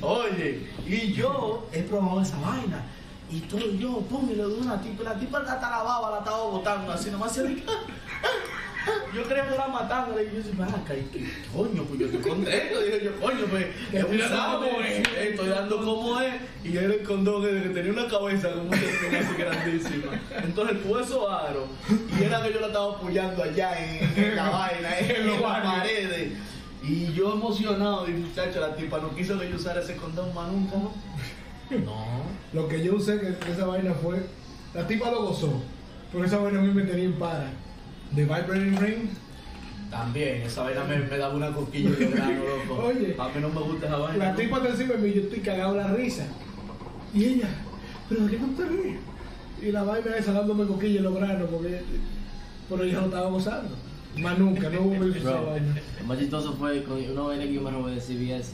Oye, y yo he probado esa vaina. Y todo yo, pum, y le doy una tipa. La tipa hasta la baba la estaba botando así, nomás se le- Yo creía que era matándole. Y yo dije, vaca, ¿y qué coño? Pues yo estoy contento. Dije yo, coño, pues, es un
Estoy dando
sábado,
como es.
eh, estoy dando como es. Y era el condón eh, que tenía una cabeza como una especie así grandísima. Entonces el hueso aro. Y era que yo la estaba apoyando allá en, en la vaina, en,
En los
los las
barrios.
paredes. Y yo emocionado, y muchacho, la tipa no quiso que yo usara ese condón más nunca, ¿no? No.
Lo que yo usé que esa vaina fue. La tipa lo gozó. Pero esa vaina a mí me tenía en para. The Vibrating Ring.
También, esa vaina me, me daba una coquilla de grano, loco.
Oye.
A mí no me gusta esa vaina.
La
¿no?
tipa está encima de mí, yo estoy cagado la risa. Y ella, ¿pero de qué tú te ríes? Y la vaina esa dándome coquilla en los granos, porque pero ella no estaba gozando. Más nunca, no hubo mi esa
Bro.
vaina.
Lo más chistoso fue con una vaina que yo me robé de CBS.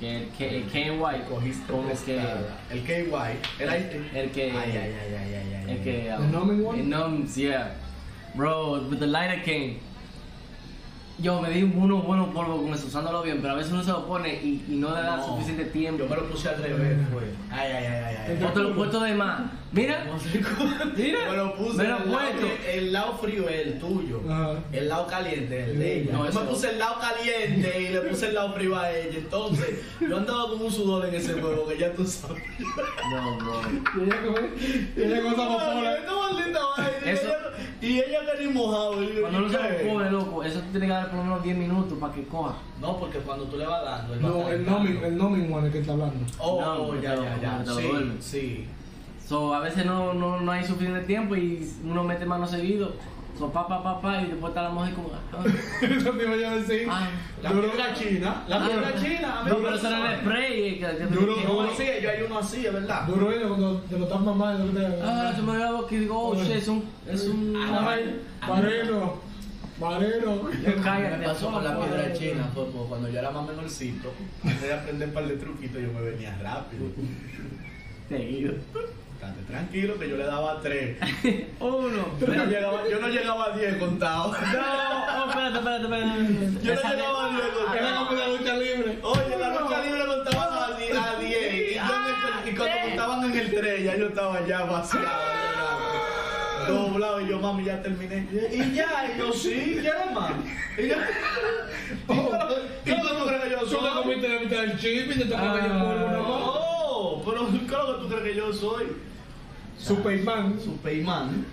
Que el, que, el KY
Cogiste
como que.
prestada. El KY. El,
El que-
Ay, ay, ay, ay, ay, ay.
El que.
The numbing one?
The numbs, yeah. Bro, with the lighter cane. Yo me di unos buenos polvos con eso, usándolo bien, pero a veces uno se lo pone y, y no le da
No.
suficiente tiempo. Mm.
Yo me lo puse al revés, güey. pues. Ay, ay, ay, ay, ay,
Entre
O te lo he
culo.
puesto de más. Mira,
No sé cómo.
Mira,
me lo puse.
me lo
el, lado,
puesto.
que- el lado frío es el tuyo.
Ajá.
El lado caliente es el de ella.
Mm, No,
yo
eso
me
no.
puse el lado caliente y le puse el lado frío a ella. Entonces, yo andaba como un sudor en ese juego que ya tú sabes.
no, bro.
Y ella coge, y ella con esa popola.
Esta maldita vaina.
Eso-
Y ella que ni mojado. y yo,
Cuando no se
¿qué?
lo coge, loco, eso te tiene que dar por lo menos 10 minutos para que coja.
No, porque cuando tú le vas dando. él va
No, el
calentando.
nomin, el nomin one el que está hablando. <laughs>
Oh,
No,
oh,
porque
ya,
te lo-
ya, ya.
porque te lo
Sí,
duerme.
sí.
So, a veces no, no, no hay suficiente tiempo y uno mete mano seguido. So, pa, pa, pa, pa, y después está la mujer como. ah,
Eso te iba yo a decir.
ah.
La
Duró-
piedra china. La
Ah,
piedra china. a mí
No,
me
pero eso era el
gusta.
spray. eh, que- que-
Duro,
que-
Yo así, yo hay uno así, es verdad.
Duro es cuando te lo estás mamando. te-
Ah, yo me había dado que digo, oh, shit, es un. Es un.
Ay, Marero, Marero.
Cállate,
Me pasó con la
por favor.
piedra china, fue por cuando yo era más menorcito, antes de aprender un par de truquitos, yo me venía rápido.
Seguido.
Estate tranquilo que yo le daba tres.
Uno.
Yo no llegaba, yo no llegaba a diez contado.
No, oh, espérate, espérate, espérate.
Yo no
Esa-
llegaba a diez
Era
contado.
como la lucha libre.
Oye, la lucha libre contaban a diez, a diez, y, yo me- y cuando contaban en el tres, ya yo estaba ya vaciado. doblado. Doblado, y yo, mami, ya terminé. Y ya, y yo, sí, ya además. Y yo, ¿qué tú crees que yo
Oh, Tú te
soy?
comiste la mitad del chip y te tocó
Ah.
que yo pongo una mano.
No, pero claro que tú crees que yo soy
Superman.
su peimán.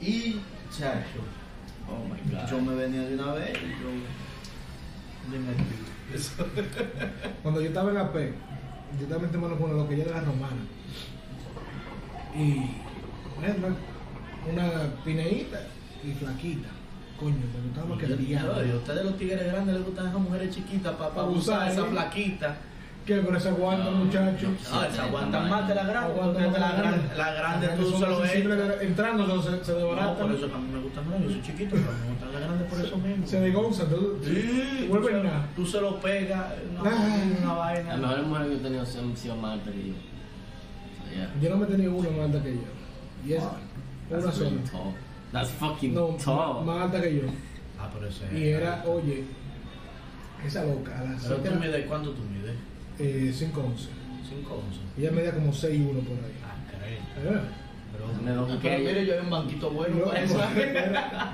Y chacho,
Oh my
yo
god.
me venía de una vez y yo le metí. Eso.
Cuando yo estaba en la P, yo estaba metiendo mano con lo que ya era la romana. Y bueno, una pineíta y flaquita. Coño, me gustaba más que el diablo.
Oye, a ustedes los tigres grandes les gustan esas mujeres chiquitas para
Abusar,
abusar, esa
¿eh?
flaquita.
¿Qué? Con ese
Ah.
guante, muchacho.
No, se aguantan más de la grande,
Aguanta
porque la,
más
gran- la grande tú
son
se
más
lo ves.
sensibles de- Entrando se, se
No,
desbaratan.
por eso que a mí me gustan grandes, yo soy chiquito, pero me gustan las grandes por eso mismo.
se desgonzan. tú-
Sí, tú
Vuelven
se-
nada.
Tú se lo pegas, una,
Ay.
una
La
vaina.
mejor mujer que yo he tenido son- han sido más alta que yo. So, yeah.
Yo no me he tenido una más alta que yo. Y es
Ah.
una
That's really
sola.
tall. That's fucking
No,
tall.
más alta que yo.
Ah, pero eso es-
Y era, oye, esa loca, a las
Pero tú
5'11.
mides, ¿cuánto tú mides?
Eh, 5'11".
5 onzas.
Ella medía como 6'1 por ahí.
Ah, caray.
¿verdad?
Me
Pero,
lo
pero,
busqué.
mire, yo era un banquito bueno pues,
Loco,
para
<laughs>
eso.
era-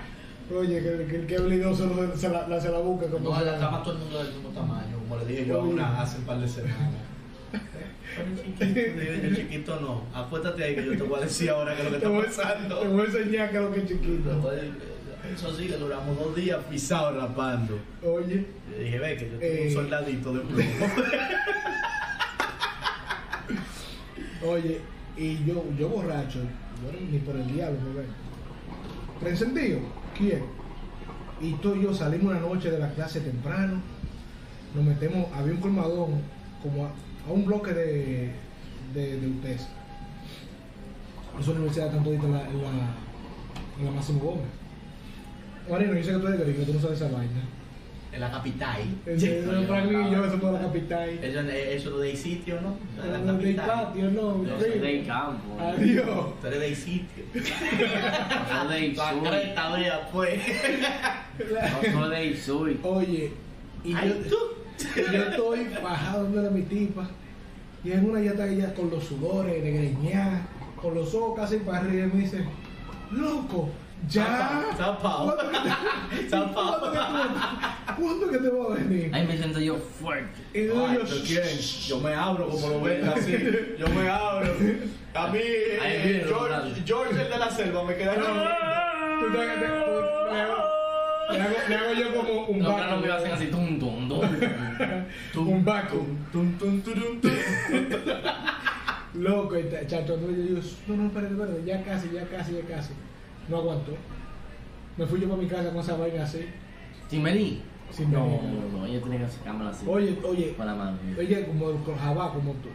Oye, que, que, que habilidoso lo- se la, la- se la busca como
No,
sea.
en la cama todo el mundo del mismo tamaño, como le dije yo a una hace un par
<laughs>
de semanas. Pero chiquito, digo yo, chiquito no. Acuéstate ahí que yo te voy a decir ahora que es lo que
Te voy,
está
te
pasando.
voy a enseñar que lo que es chiquito.
pues. Eso sí, que duramos dos días pisados rapando.
Oye,
Le dije, ve que yo tengo
Eh.
un soldadito de plomo.
<laughs> oye, y yo, yo borracho, yo era ni por el diablo, me ven. Presentío, ¿quién? Y tú y yo salimos una noche de la clase temprano, nos metemos, había un colmadón como a, a un bloque de, de, de UTES. Esa universidad tanto en la, en la, en la Máximo Gómez. Marino, yo sé que tú eres gringo, tú no sabes esa vaina.
En
<laughs>
la capital.
Entonces,
Oye,
Franklin y yo,
estaba-
eso toda la capital.
Eso, eso no de sitio, ¿no? En la
No, del
capital.
patio, no,
Yo
sí.
soy de campo.
Ah, Adiós.
Tú eres de sitio.
Yo soy Ah, de
La
<laughs>
Ipsoy.
creta, vea, pues.
Yo soy de Ipsoy.
Oye, y yo,
Ay, tú.
y yo estoy bajado de mi tipa. Y en una ya está ella con los sudores, de greñada, con los ojos casi para arriba. Y me dice, loco,
Ah,
ya.
Zapao.
¿Cuándo que
Zapao.
te- ¿Cuándo que te voy a venir?
Ahí me siento yo fuerte.
Y digo
Ay,
yo,
¿tú
"Shh".
quién? Yo me abro como lo <laughs> ven así. Yo me abro. A mí, eh,
Ahí viene,
George,
Ronaldo.
George el de la selva me queda
Tú te- te- tú- le hago- le hago- le hago yo como un
Los carros me hacen
vaco.
así, tum, tum, tum.
Un vaco.
Tum, tum, turum, tum.
Loco, y ta- chacho, no, yo digo, no, no, espérate, espérate, ya casi, ya casi, ya casi. No aguantó. Me fui yo para mi casa con esa vaina así.
¿Sin venir?
Sin
No,
venir.
no, no, ella tiene que sacármela así.
Oye, oye,
Con la mano.
ella como con jabá, como tú.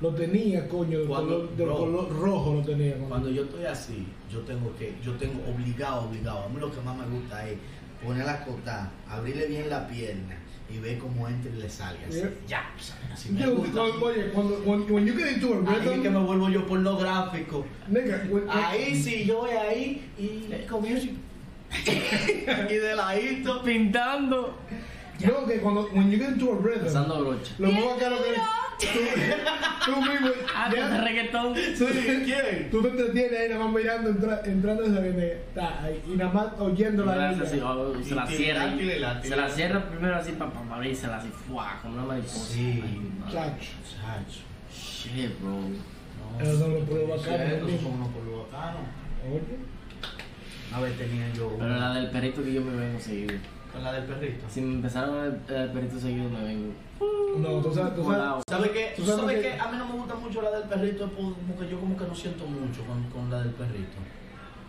Lo tenía, coño, del
Cuando-
color, del
bro.
color rojo lo tenía. como-
Cuando yo estoy así, yo tengo que, yo tengo obligado, obligado. A mí lo que más me gusta es poner la cota, abrirle bien la pierna y ver cómo entra y le salga. Así,
Yeah.
ya, o sea, así me
Yo,
gusta.
cuando- oye, cuando, when, when you get into a
Ahí es que me
rhythm,
vuelvo yo pornográfico.
nigga, when-
Ahí sí, yo voy ahí y <laughs> comienzo y- y de ladito.
Pintando.
no, que cuando, when you get into a rhythm,
Pasando brocha.
lo más bacano que, Tú <laughs> mismo.
Ah,
ya-
con
pues,
el reggaetón.
Sí, ¿quién?
Tú te entretienes ahí, nada más mirando, entra- entrando y saliendo. Está ahí, Y nada más oyendo la
Una vez
vida.
así, o- se la
Y- y
cierra.
dátile,
y-
dátile.
Se la cierra primero así para pa, pa, y se la así, fuá, como una mariposa.
Sí.
Ay, madre.
Chacho.
Muchacho.
Shit, bro.
No,
Pero son los pueblos
sí,
bacanos,
esos
¿no?
son unos pueblos bacanos.
Oye.
Una vez tenía yo
Pero la
una.
del perrito que yo me vengo seguido.
Con la del perrito.
Si me empezaron a ver el perrito seguido, me vengo.
No, tú sabes, tú sabes.
volado.
¿Sabes qué?
Tú
¿Tú
sabes
sabes
que-
qué? A mí no me gusta mucho la del perrito, pues, como que yo como que no siento mucho con, con la del perrito.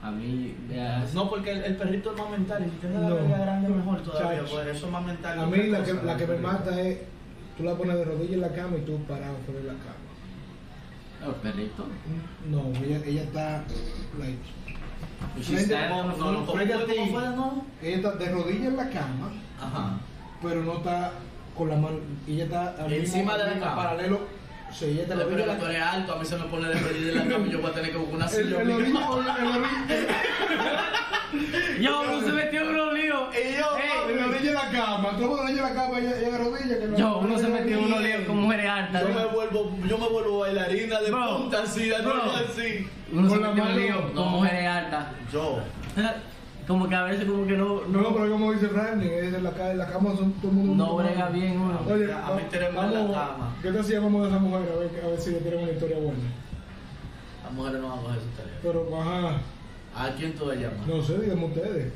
A mí, ya,
No, porque el, el perrito es más mental y si tienes la
No.
verga grande mejor todavía,
Chacho.
pues eso es más mental.
A mí la que,
cosa,
la que me
del perrito.
mata es. Tú la pones de rodillas en la cama y tú parado sobre la cama.
el perrito.
No, ella, ella está. like,
She
Frente-
stand-
No, no, no, ¿cómo fue?
Frente a ti.
¿Cómo fue? No.
ella está de rodillas en la cama,
Ajá.
pero no está con la mano. Ella está. al
Encima de la
al
cama.
Paralelo. Sí, ella está
Pero
de rodillas en
el
la
tú eres alto, a mí se me pone de perdido en la cama y yo voy a tener que buscar una
El,
silla.
el orillo, el, el orillo,
Yo, se metió en un lío.
Y yo,
Ey,
el orillo de la cama, todo el orillo de la cama, ella, ella de rodillas. que no-
Yo, uno se metió en unos líos con mujeres altas.
Yo me vuelvo, yo me vuelvo bailarina de
Bro.
punta así, de
Bro.
nuevo así.
Uno se
Con la
metió en
mano,
un
no.
lío con mujeres altas. <laughs>
Yo.
Como que a veces como que no,
No,
no,
pero como dice Randy, es en la, ca- en la cama son todo el mundo.
no brega bien uno.
Oye,
A mí tenemos en la cama.
¿Qué te hacía vamos de esa mujer? A ver, a ver si le tenemos una historia buena.
Las mujeres no van a coger su teléfono.
Pero, ajá,
¿A quién tú vas a llamar?
no sé, díganme ustedes.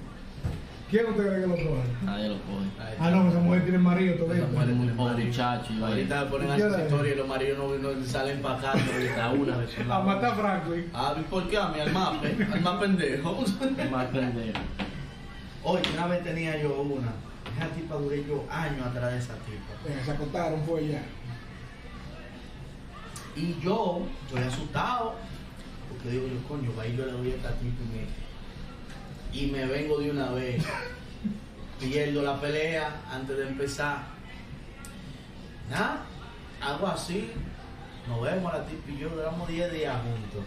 ¿Quién usted cree que lo trabaja?
Nadie lo coge.
Ay,
Ah, no, esa mujer tiene marido todavía.
Esa mujer
Muy
tiene
pobre
marido.
muchacho, y
Ahorita me ponen
¿Y
a
qué
esa
hora es?
historia y los maridos no, no salen para acá. pero la una vez. son
<laughs>
la
A matar a
una.
Franklin.
Ah, ¿y ¿por qué a mí? Al más, pe- al más pendejo.
Más pendejo.
Oye, una vez tenía yo una. Esa tipa duré yo años atrás de esa tipa.
Eh, se acostaron, fue ya.
Y yo estoy asustado, porque digo yo, coño, va y yo le doy a esta tipa y me, y me vengo de una vez. Pierdo la pelea antes de empezar. Nada, hago así, nos vemos la tipa y yo, duramos 10 días juntos.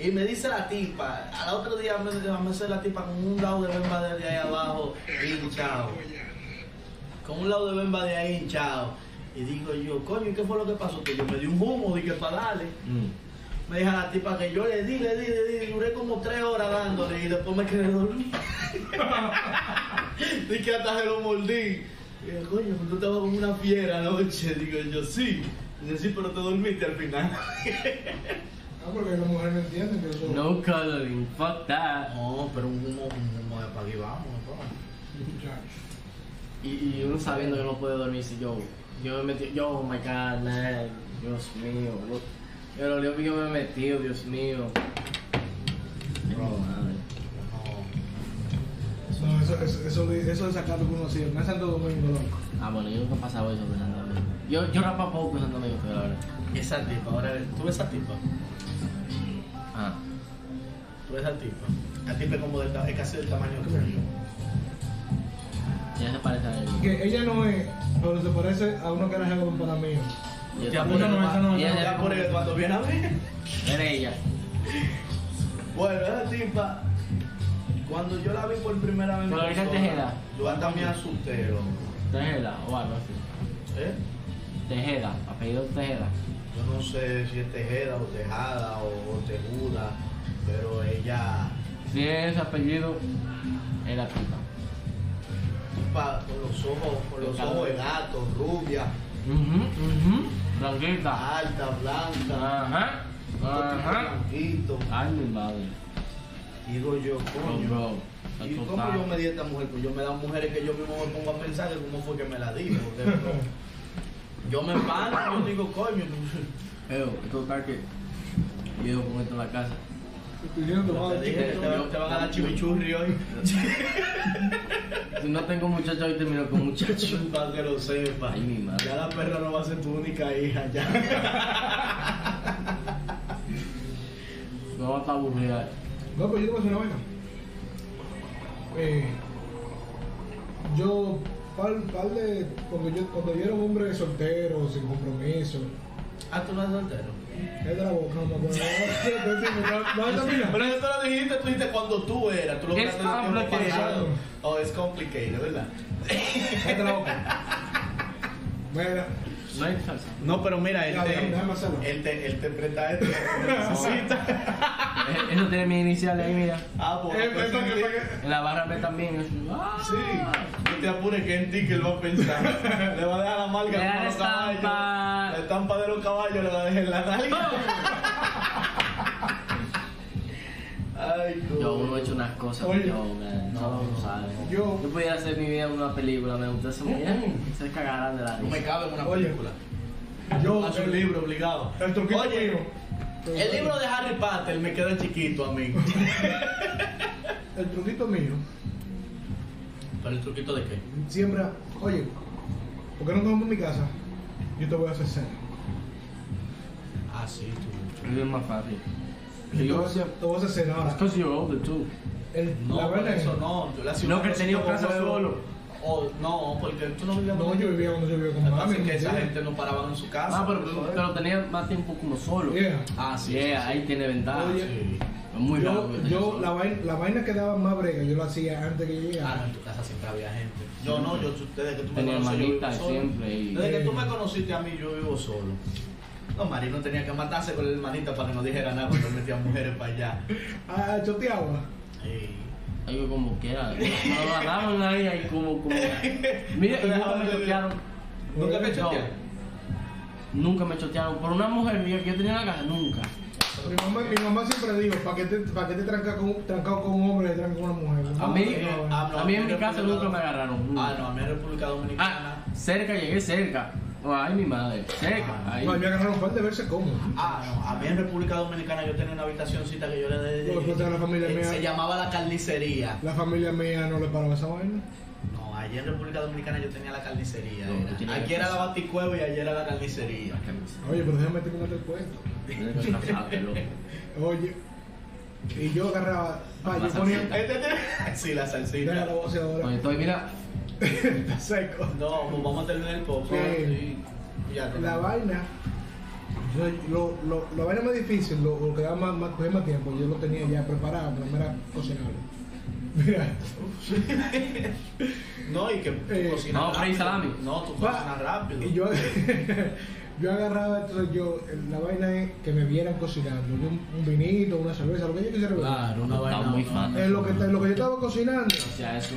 Y me dice la tipa, al otro día me me dice la tipa con un lado de bemba de ahí abajo, hinchado. Con un lado de bemba de ahí hinchado. Y digo yo, coño, ¿y qué fue lo que pasó? Que yo me di un humo, dije para darle.
Mm.
Me dijo la tipa que yo le di, le di, le di, duré como tres horas dándole y después me quedé dormido. <laughs> Dije hasta se lo mordí. Digo, coño, tú estabas como una fiera anoche. Digo yo, sí. Dice, sí, pero te dormiste al final. <laughs>
Ah, porque las mujeres no entienden que eso.
No coloring, fuck that.
No, pero un humo, un humo de pa' aquí vamos, ¿no?
Muchacho.
Y, y uno sabiendo que no puede dormir, si yo, yo me metí, yo, oh my god, man, Dios mío, look. yo lo leo que yo me he metido, Dios mío.
Bro.
Ay, madre.
No, eso, eso, eso, eso es sacar lo que uno hacía. No es Santo Domingo, loco.
Ah, bueno, yo nunca he pasado eso pensando en mí. Yo, yo rapa poco pensando en mí, pero la verdad.
No. Esa tipa, ahora tú ves esa tipa.
Ah,
Tú ves esa tipa. La tipa es como del ta- es casi del tamaño que soy yo.
ya se parece a él.
Que ella no es, pero se parece a uno que era jefe de un pana mío.
Yo
Ya
tampoco-
por
no, no, esa no,
ya-
esa
ya
no.
por el- cuando viene a ver. <laughs>
Era ella.
Bueno, esa tipa, cuando yo la vi por primera vez, en
Pero ahorita
persona,
Tejeda.
yo hasta me asusté, loco.
Tejeda o algo así.
¿eh?
Tejeda, apellido Tejeda.
Yo no sé si es Tejeda o Tejada o, o Tejuda, pero ella,
Si es apellido, era tuya.
tipa, con los ojos, con los
Pecado.
ojos de gato, rubia,
Mhm, mhm. Blanquita.
alta, blanca,
Ajá. Ah, Ajá.
blanquito.
Ay, mi madre.
Digo yo,
Bro,
coño.
Ah. bro. está
¿Y cómo
total.
yo me di a esta mujer? Pues yo me dan mujeres que yo mismo me pongo a pensar de cómo fue que me la di.
<laughs>
porque no. yo me empano, yo digo, coño. <laughs>
Pero, es total que llego con esto a la casa.
Y tú dices, tu
Te
madre,
dije,
chico,
te van- te van a dar chimichurri <laughs> hoy.
Si no tengo muchacho, hoy termino con muchacho. <laughs>
Para que lo sepa.
Ay, mi madre.
Ya la perra no va a ser tu única hija, ya.
No va a estar aburrida.
No, pero yo te voy a decir una vaina. Eh, yo, par, par de, cuando yo, cuando yo era un hombre soltero, sin compromiso,
Ah, tú no eres soltero.
es de la boca, no me acuerdo. Entonces, me va- va a terminar.
Pero eso lo dijiste, tú dijiste cuando tú eras. Tú lo
Es
hablaste en el tiempo
complicado.
pasado. Oh, es complicado, ¿verdad?
Cállate la boca. Mira,
No hay
<laughs>
salsa.
No, pero mira, él
Ya, déjame- déjame hacerlo.
te, él te, él te presta <laughs> esto. necesita.
Eh, Eso tiene mis iniciales ahí, mira.
Ah, pues.
Eh, pues, para que- para que-
En la barra B también. eso.
<laughs>
Ah,
Sí, no te apures que en ti que él va a <laughs> pensar. Le va a dejar la marca
Le da
como
la
los caballos.
estampa.
La estampa de los caballos le va a dejar en la nalga. <laughs>
¡Ah!
Ay,
Yo uno he
coño.
hecho unas cosas
Oye.
que yo, man, no, no sabes.
Yo-
Yo pudiera hacer mi vida en una película, me gusta hacer mi vida. Se cagarán de la
no me
risa.
cabe en una
Oye.
película.
Yo,
Haz un
el-
libro obligado.
el truquito
Oye,
mío.
el libro de Harry Potter me queda chiquito a mí.
El truquito mío.
<laughs> ¿Pero el truquito de qué?
Siembra, oye, ¿por qué no comes en mi casa? Yo te voy a hacer cena.
Ah, sí, tú.
Es más fácil.
Yo te
Sí,
voy
yo-
a hacer- te voy a hacer cena ahora.
Because you're older too.
El-
No,
la
por
verdad es,
eso no. Yo le hacía
No,
una
que él tenía
cosita
casa
como-
solo.
Oh, no, porque tú no vivías
no,
con-
yo vivía cuando yo vivía con mami.
Entonces, que esa
¿entiendes?
gente no paraba en su casa.
Ah, pero,
Eso es.
pero tenía más tiempo como solo.
Yeah.
Ah, sí.
Yeah,
sí,
ahí tiene ventaja.
Oye,
sí.
Es muy raro. que
Yo,
tenga
yo
solo.
la, vaina, la vaina que daba más brega, yo la hacía antes que yo
Ah,
Claro,
llegara.
en tu casa siempre había gente. Yo no, yo desde que tú me conociste. yo
Tenía
vivo
hermanitas
solo.
siempre y-
Desde que tú me conociste a mí, yo vivo solo. No, Marino tenía que matarse con la hermanita para que no dijera nada cuando él metía mujeres para allá.
Ah, choteaba.
Ey.
Algo como quiera. Me lo agarraron ahí, ahí como, como.
<laughs>
Mira, y nunca me chotearon.
¿Nunca me
No.
chotearon?
Nunca me chotearon. Por una mujer mía que yo tenía en la casa, nunca.
Mi mamá, mi mamá siempre dijo, ¿para qué te, pa' qué te tranca con, trancado con un hombre y te trancas con una mujer?
A mí,
No,
Ah, no,
a mí en mi
República
casa nunca me
Dominicana.
agarraron. nunca.
Ah, no, a mí en República
Ah,
Dominicana.
cerca, llegué cerca. Ay, mi madre, cerca.
Ah,
ahí.
no, a mí me agarraron un par de veces como.
Ah, no, a mí en República Dominicana yo tenía una habitacioncita que yo le de. eh,
Lo que pasa es que la familia mía-
Se llamaba la carnicería.
La familia mía no le paraba esa vaina.
No, ayer en República Dominicana yo tenía la carnicería.
No,
era.
tú tienes
Aquí
que-
era la baticueva y ayer era la carnicería.
Oye, pero déjame terminar el cuento. Oye, y yo agarraba, pa, yo
Más
ponía,
salsita.
Este tiene- <laughs> sí, la
Deja
salsita.
la boceadora,
Oye, estoy, mira,
está <laughs> seco.
No, pues vamos a terminar el poco.
Sí.
Ya
La
tenemos.
vaina, yo- lo, lo, la vaina más difícil, lo, lo que daba más, más, cogía más tiempo, yo lo tenía ya preparado, pero no era cocinable. Mira,
No, y que tú
Eh,
cocinas
no, free
rápido.
salami.
No, tú
pa,
cocinas rápido.
y yo, <laughs> yo agarraba, entonces yo, la vaina es que me vieran cocinando, yo un, un vinito, una cerveza, lo que yo quisiera beber.
Claro, una
no,
vaina.
muy fan.
En lo, que, en lo que yo estaba cocinando,
o sea, eso.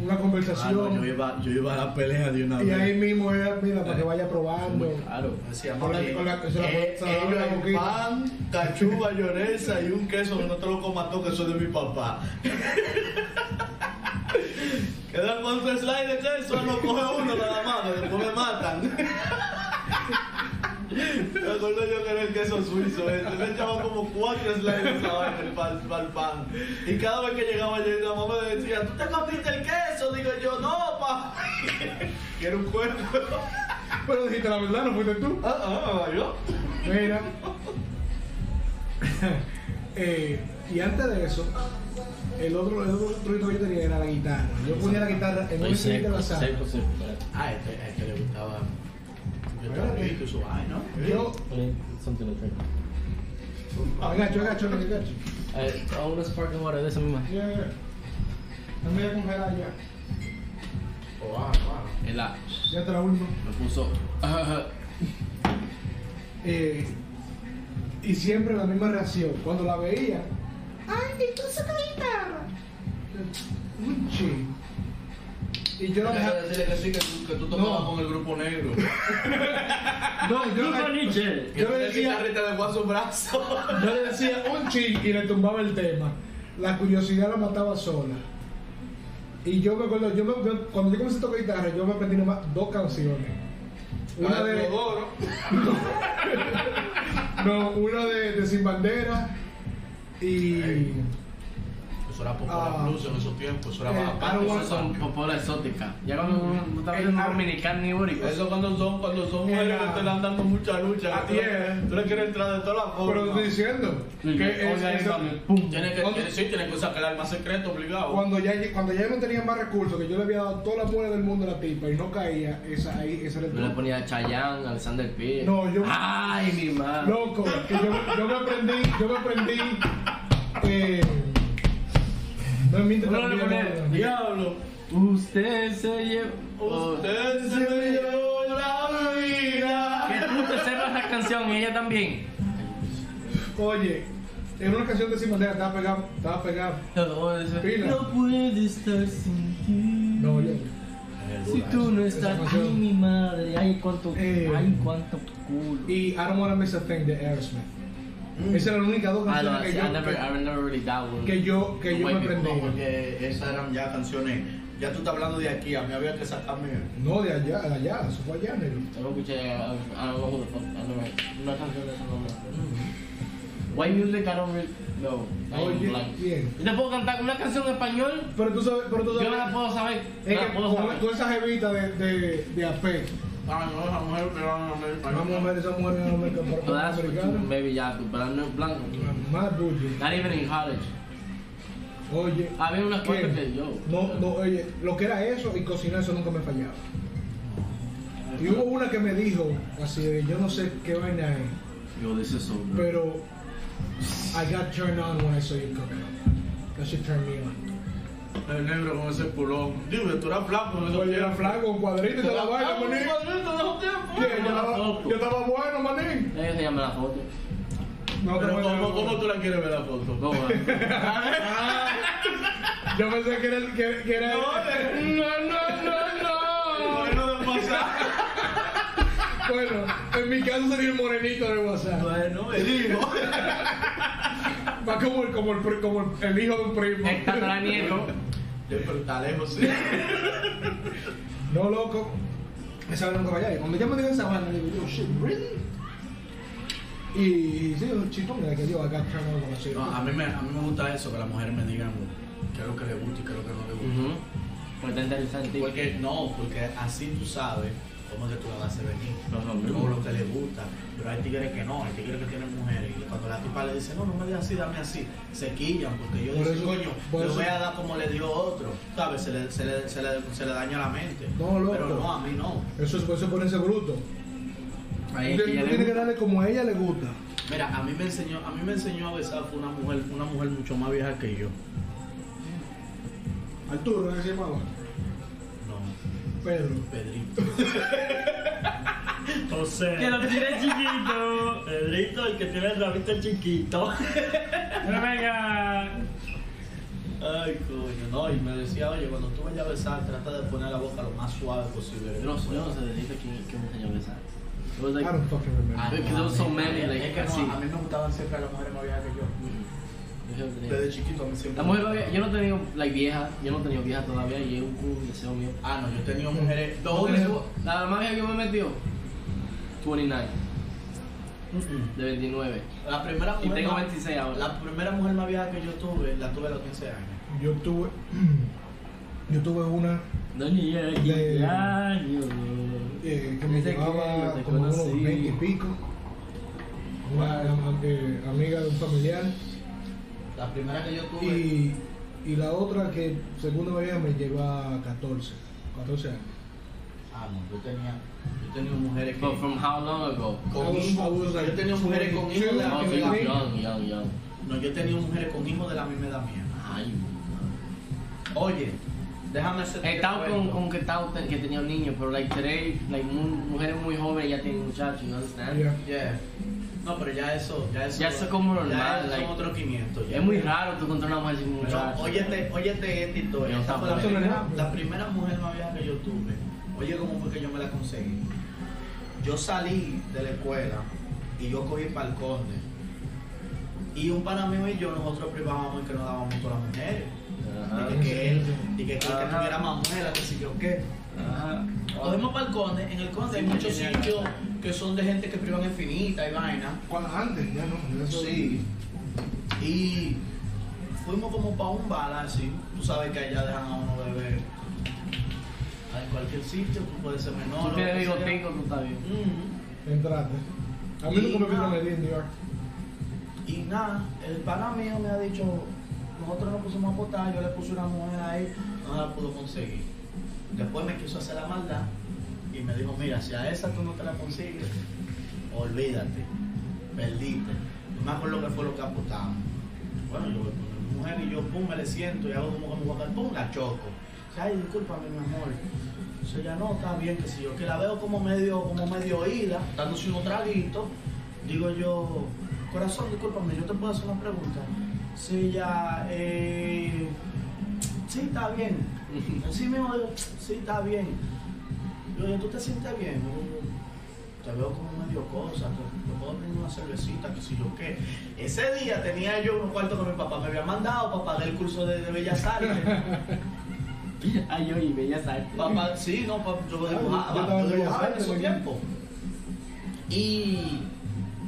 una
Ah, no, yo
conversación,
iba, yo iba a Eh, la pelea de una
y ahí
vez.
mismo era, mira, para que vaya probando.
Muy caro.
Decía,
Con la-
mami,
con la- se la-
eh,
se la-
ellos
la
hay
boquita.
pan, cachuga, lloreza y un queso que no te lo comas tú, que eso es de mi papá. <laughs> Quedan con tu slide de queso, no coge uno nada más, que después me matan. <laughs> Me acuerdo yo que era el queso suizo, ese. me echaba como cuatro slides de esa vaina para el pan. Y cada vez que llegaba yo, la mamá me decía, ¿tú te comiste el queso? Digo yo, no, pa. <laughs> Quiero un cuerpo.
Pero dijiste la verdad, no fuiste tú.
Ah, ah, yo.
Mira. <laughs> Eh, y antes de eso, el otro, el otro truquito que yo tenía era la guitarra. Yo ponía la guitarra en una
Estoy
esquinita de
seco,
la sala.
seco, seco. espérate.
Ah, este, a este le gustaba. Yo estaba
Espérate.
rico y su vaina.
Yo,
Put something to drink.
agacho, agacho, agacho, agacho.
Eh, oh, una sparkling water de esa misma.
Ya, ya. No me voy a congelar ya.
El la
Ya te la última.
me puso.
Eh, y siempre la misma reacción. Cuando la veía, ¡ay, tú sacas la guitarra! Un ching. Y yo la
Deja
dejaba.
de decirle que sí, que tú, que tú tocabas con el grupo negro.
No, yo la-
Que
Yo
tú
le
eres
decía.
guitarrista de Guaso Brazo.
Yo le decía un ching y le tumbaba el tema. La curiosidad la mataba sola. Y yo me acuerdo, yo me, yo- cuando yo comencé a tocar guitarra, yo me aprendí nomás dos canciones. Una
La de
de,
Teodoro.
no, una de, de Sin Bandera y
Ey. Eso era
Ah.
popular blues en esos tiempos. Eso era
Eh,
más
I don't
Eso
want-
Eso
son popola exótica. Ya cuando uno no está viendo
El-
dominicano ni boricua.
eso cuando son, cuando son mujeres
Era-
que te la andan con mucha lucha.
Ah,
que tú le-
yeah.
Tú le quieres entrar de todas las
Pero te
formas.
estoy diciendo
Sí,
que es-
oiga, ahí
esa-
va, pum.
Tienes que,
¿Cuándo?
tienes- sí, tienes que sacar el arma secreto obligado.
cuando ya cuando ya yo no tenía más recursos, que yo le había dado toda la muela del mundo a la tipa y no caía, esa ahí, esa era el
Yo le ponía a Chayanne, Alexander Pierre.
No, yo-
Ay, mi madre.
Loco, que yo, yo me aprendí, yo me aprendí. Eh, no miente
Uno le
también,
pone-
no, no.
Diablo.
Usted se lleva.
Oh. Usted se me llevó la vida.
te sepas la canción y ella también.
Oye, en una canción de Simón Díaz estaba pegado, estaba pegado.
Todo eso.
Pila.
No puedo estar sin ti.
No, yo.
Si tú no
Esa
estás, ay
canción.
mi madre, ay cuánto,
Eh.
ay cuánto culo.
Y I don't wanna miss a thing de Aerosmith. Esas eran las únicas dos
I
canciones
don't,
que
see, Ah, I
yo,
never, I never really that one.
que, que yo, que yo me
White people.
aprendí.
No, porque esas eran ya canciones. Ya tú estás hablando de aquí, a mí había que sacarme.
No, de allá, de allá, eso fue allá, negro.
Yo lo escuché, I don't know who the fuck, I never, una canción de esa no me acuerdo. White music, I don't really, no, I don't
Oye,
like.
bien.
Yo te puedo cantar una canción en español,
Pero tú sabes, pero tú sabes.
yo no la puedo saber, no
Es
la
que
puedo
con,
saber.
con esa jevita de, de, de AP,
Ah, no, esa mujer me va a comer.
vamos a ver esa mujer en el mercado
But that's what you,
americano.
maybe ya, but I'm not blanco.
Más bulla.
Not even in college.
Oye,
Había unas cosas que yo.
no, no, oye, lo que era eso y cocinar, eso nunca me fallaba. Y hubo una que me dijo, así de, yo no sé qué vaina es,
Yo, this is so good.
pero I got turned on when I saw you cook. That shit turned me on.
El negro con ese pulón. Dime, tú eras flaco, no
Oye, era flaco, cuadrito y toda la vaina, maní. Sí,
Pero
Yo estaba, yo estaba bueno, maní.
Ella se llama la foto.
No, te voy a-
¿cómo, ¿cómo tú la quieres ver la foto?
<laughs>
No, no,
Yo pensé que era el que, que era el-
no, no.
Bueno, de pasar.
Bueno, en mi caso sería el morenito de WhatsApp.
Bueno, me dijo.
Va como el, como el, pri- como el- el hijo de un primo.
El tataranieto.
Despertaré, José.
No, loco. Esa vaina nunca vaya. Y Cuando ya me digan esa vaina, digo, yo, shit, really? Y sí, un chitón de que yo acá chamo con así.
No, a, mí me, a mí me gusta eso, que las mujeres me digan qué es lo que les gusta y qué es lo que no les gusta.
Ujú. Pues está interesante.
Porque no, porque así tú sabes cómo es que tú la vas a hacer venir.
No, no, no.
Como lo que le gusta. Pero hay tigres que no, hay tigres que tienen mujeres. Y cuando la tipa le dice, no, no me digas así, dame así, se quillan. Porque yo
Por
digo,
eso-
coño,
por
le
eso-
voy a dar como le dio otro. ¿Sabes? Se le, se le, se le, se le daña la mente.
No, loco.
Pero no, a mí no.
Eso es por eso ponerse bruto.
Ahí
Tú
es que ya
tienes
le
que
gusta.
darle como a ella le gusta.
Mira, a mí me enseñó, a mí me enseñó a besar fue una mujer, una mujer mucho más vieja que yo.
Arturo, ¿qué se llamaba?
No,
Pedro.
Pedrito. <laughs> José.
Que lo tiene chiquito.
Pedrito, el que tiene el rabito
<laughs>
chiquito.
Pero venga.
Ay, coño, no, y me decía, oye, cuando tú vayas a besar, trata de poner la boca lo más suave posible. Pues,
Yo no sé, yo no sé decirte quién quién me enseñó a besar. It was
I
like,
don't fucking remember.
Ah, Because there was so many, like,
es que
así.
no, a mí me gustaban siempre las mujeres más viejas que yo.
mm-hmm. yo tenía-
Desde chiquito a mí siempre.
La mujer, todavía- yo no he tenido, like, vieja, yo no he tenido vieja todavía y es un, un deseo mío.
Ah, no, yo he tenido mujeres.
Lo
Dos
único, la más vieja que me metió, 29, de 29.
La primera
Y
mujer.
tengo
más-
26 ahora.
La primera mujer más vieja que yo tuve, la tuve a los 15 años.
Yo tuve. <clears throat> Yo tuve una
No llegué a
De-
15 años.
eh, que me
Desde que
llevaba
yo te
como unos
conocí.
20 y pico. Una am- eh, amiga de un familiar.
La primera que yo tuve.
Y, y la otra que, segunda María, me lleva 14. 14 años.
Ah, no, yo tenía. Yo he tenido mujeres que.
But from how long ago?
I
Con
was- I was
hijos.
like
Yo he tenido mujeres con
22.
hijos de la
Oh, so
misma
you
edad.
young, young, young.
No, yo he tenido mujeres con hijos de la misma edad mía.
Ay,
Oye, déjame hacer.
He estado con, con que, he estado te- que tenía un niño, pero like today, like mu- mujeres muy jóvenes ya tienen muchachos, you
Ah.
understand?
Yeah.
Yeah. No, pero ya eso, ya eso.
Ya eso es como
ya
normal,
son
like-
otros 500. ya.
Es muy raro tú encontrar una mujer sin
Pero,
muchachos.
óyete, óyete esta historia.
Yo
Esta fue la
tampoco.
primera, la primera mujer más vieja que yo tuve. Oye, cómo fue que yo me la conseguí. Yo salí de la escuela y yo cogí para el conde. Y un pana mío y yo, nosotros privábamos y que nos dábamos con las mujeres.
Ajá.
Y que, que él, y que, que, que
Ajá.
tuviera más mujeres, que si yo qué.
Ajá.
Cogemos para el conde, en el conde hay
Sí,
muchos
genial.
sitios que son de gente que privan en finita y vaina.
Cuando antes, ya no. ya eso-
Sí. Y fuimos como para un bar así. Tú sabes que allá dejan a uno beber. Ah, En cualquier sitio, tú puedes ser menor.
Tú
lo que
tienes
sea.
bigotico, tú estás bien.
Ujú.
Entraste. A mí nunca me vino
Y-
a medir en New York.
Y nada, el pana mío me ha dicho, nosotros nos pusimos a apostar, yo le puse una mujer ahí, no la pudo conseguir. Después me quiso hacer la maldad y me dijo, mira, si a esa tú no te la consigues, olvídate, perdiste. No me acuerdo qué fue lo que apostamos. Bueno, yo voy con la mujer y yo, pum, me le siento y hago como que me voy a caer, pum, la choco. O sea, Ay, discúlpame, mi amor. Entonces ya no, está bien, que si yo que la veo como medio, como medio oída, dándose unos traguitos, digo yo, corazón, discúlpame, yo te puedo hacer una pregunta. Sí, ya, eh, sí, está bien. Así mismo digo, sí, está bien. Yo, ¿tú te sientes bien? Yo, Te veo como medio cosa, te, te puedo pedir una cervecita, que si yo qué. Ese día tenía yo unos cuartos con mi papá, me había mandado para pagar el curso de, de Bellas Artes. <laughs>
Ay, oye, bellas artes.
Papá, sí, no, papá, yo
Ah, yo
dibujaba,
estaba
yo dibujaba en
dibujando,
ese
¿no?
tiempo. Y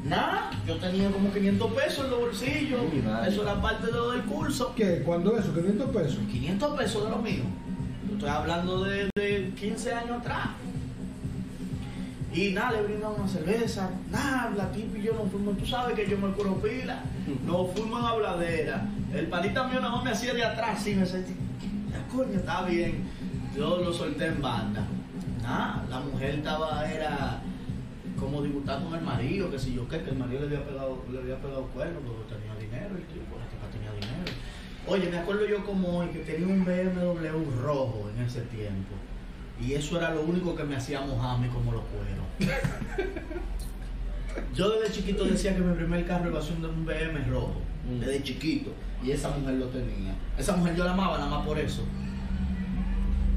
nada, yo tenía como 500 pesos en los bolsillos,
Uy, madre.
eso era parte de lo del curso.
¿Qué? ¿Cuándo eso? ¿500 pesos?
500 pesos de lo mío. Yo Estoy hablando de, de 15 años atrás. Y nada, le brindan una cerveza. Nada, la tipa y yo nos fuimos. Tú sabes que yo me curo pila. Nos fuimos en habladera. El panita mío nada más me hacía de atrás. Y me sentí, la coño, está bien. Yo lo solté en banda. Nada, la mujer estaba, era como disputar con el marido, que si yo qué, que el marido le había pegado, le había pegado cuerno porque tenía dinero, el tipo, la tipa tenía dinero. Oye, me acuerdo yo como hoy que tenía un BMW rojo en ese tiempo. Y eso era lo único que me hacía mojarme como los cueros. Yo desde chiquito decía que mi primer carro iba a ser un BM rojo.
Mm.
Desde chiquito. Y esa mujer lo tenía. Esa mujer yo la amaba nada más por eso.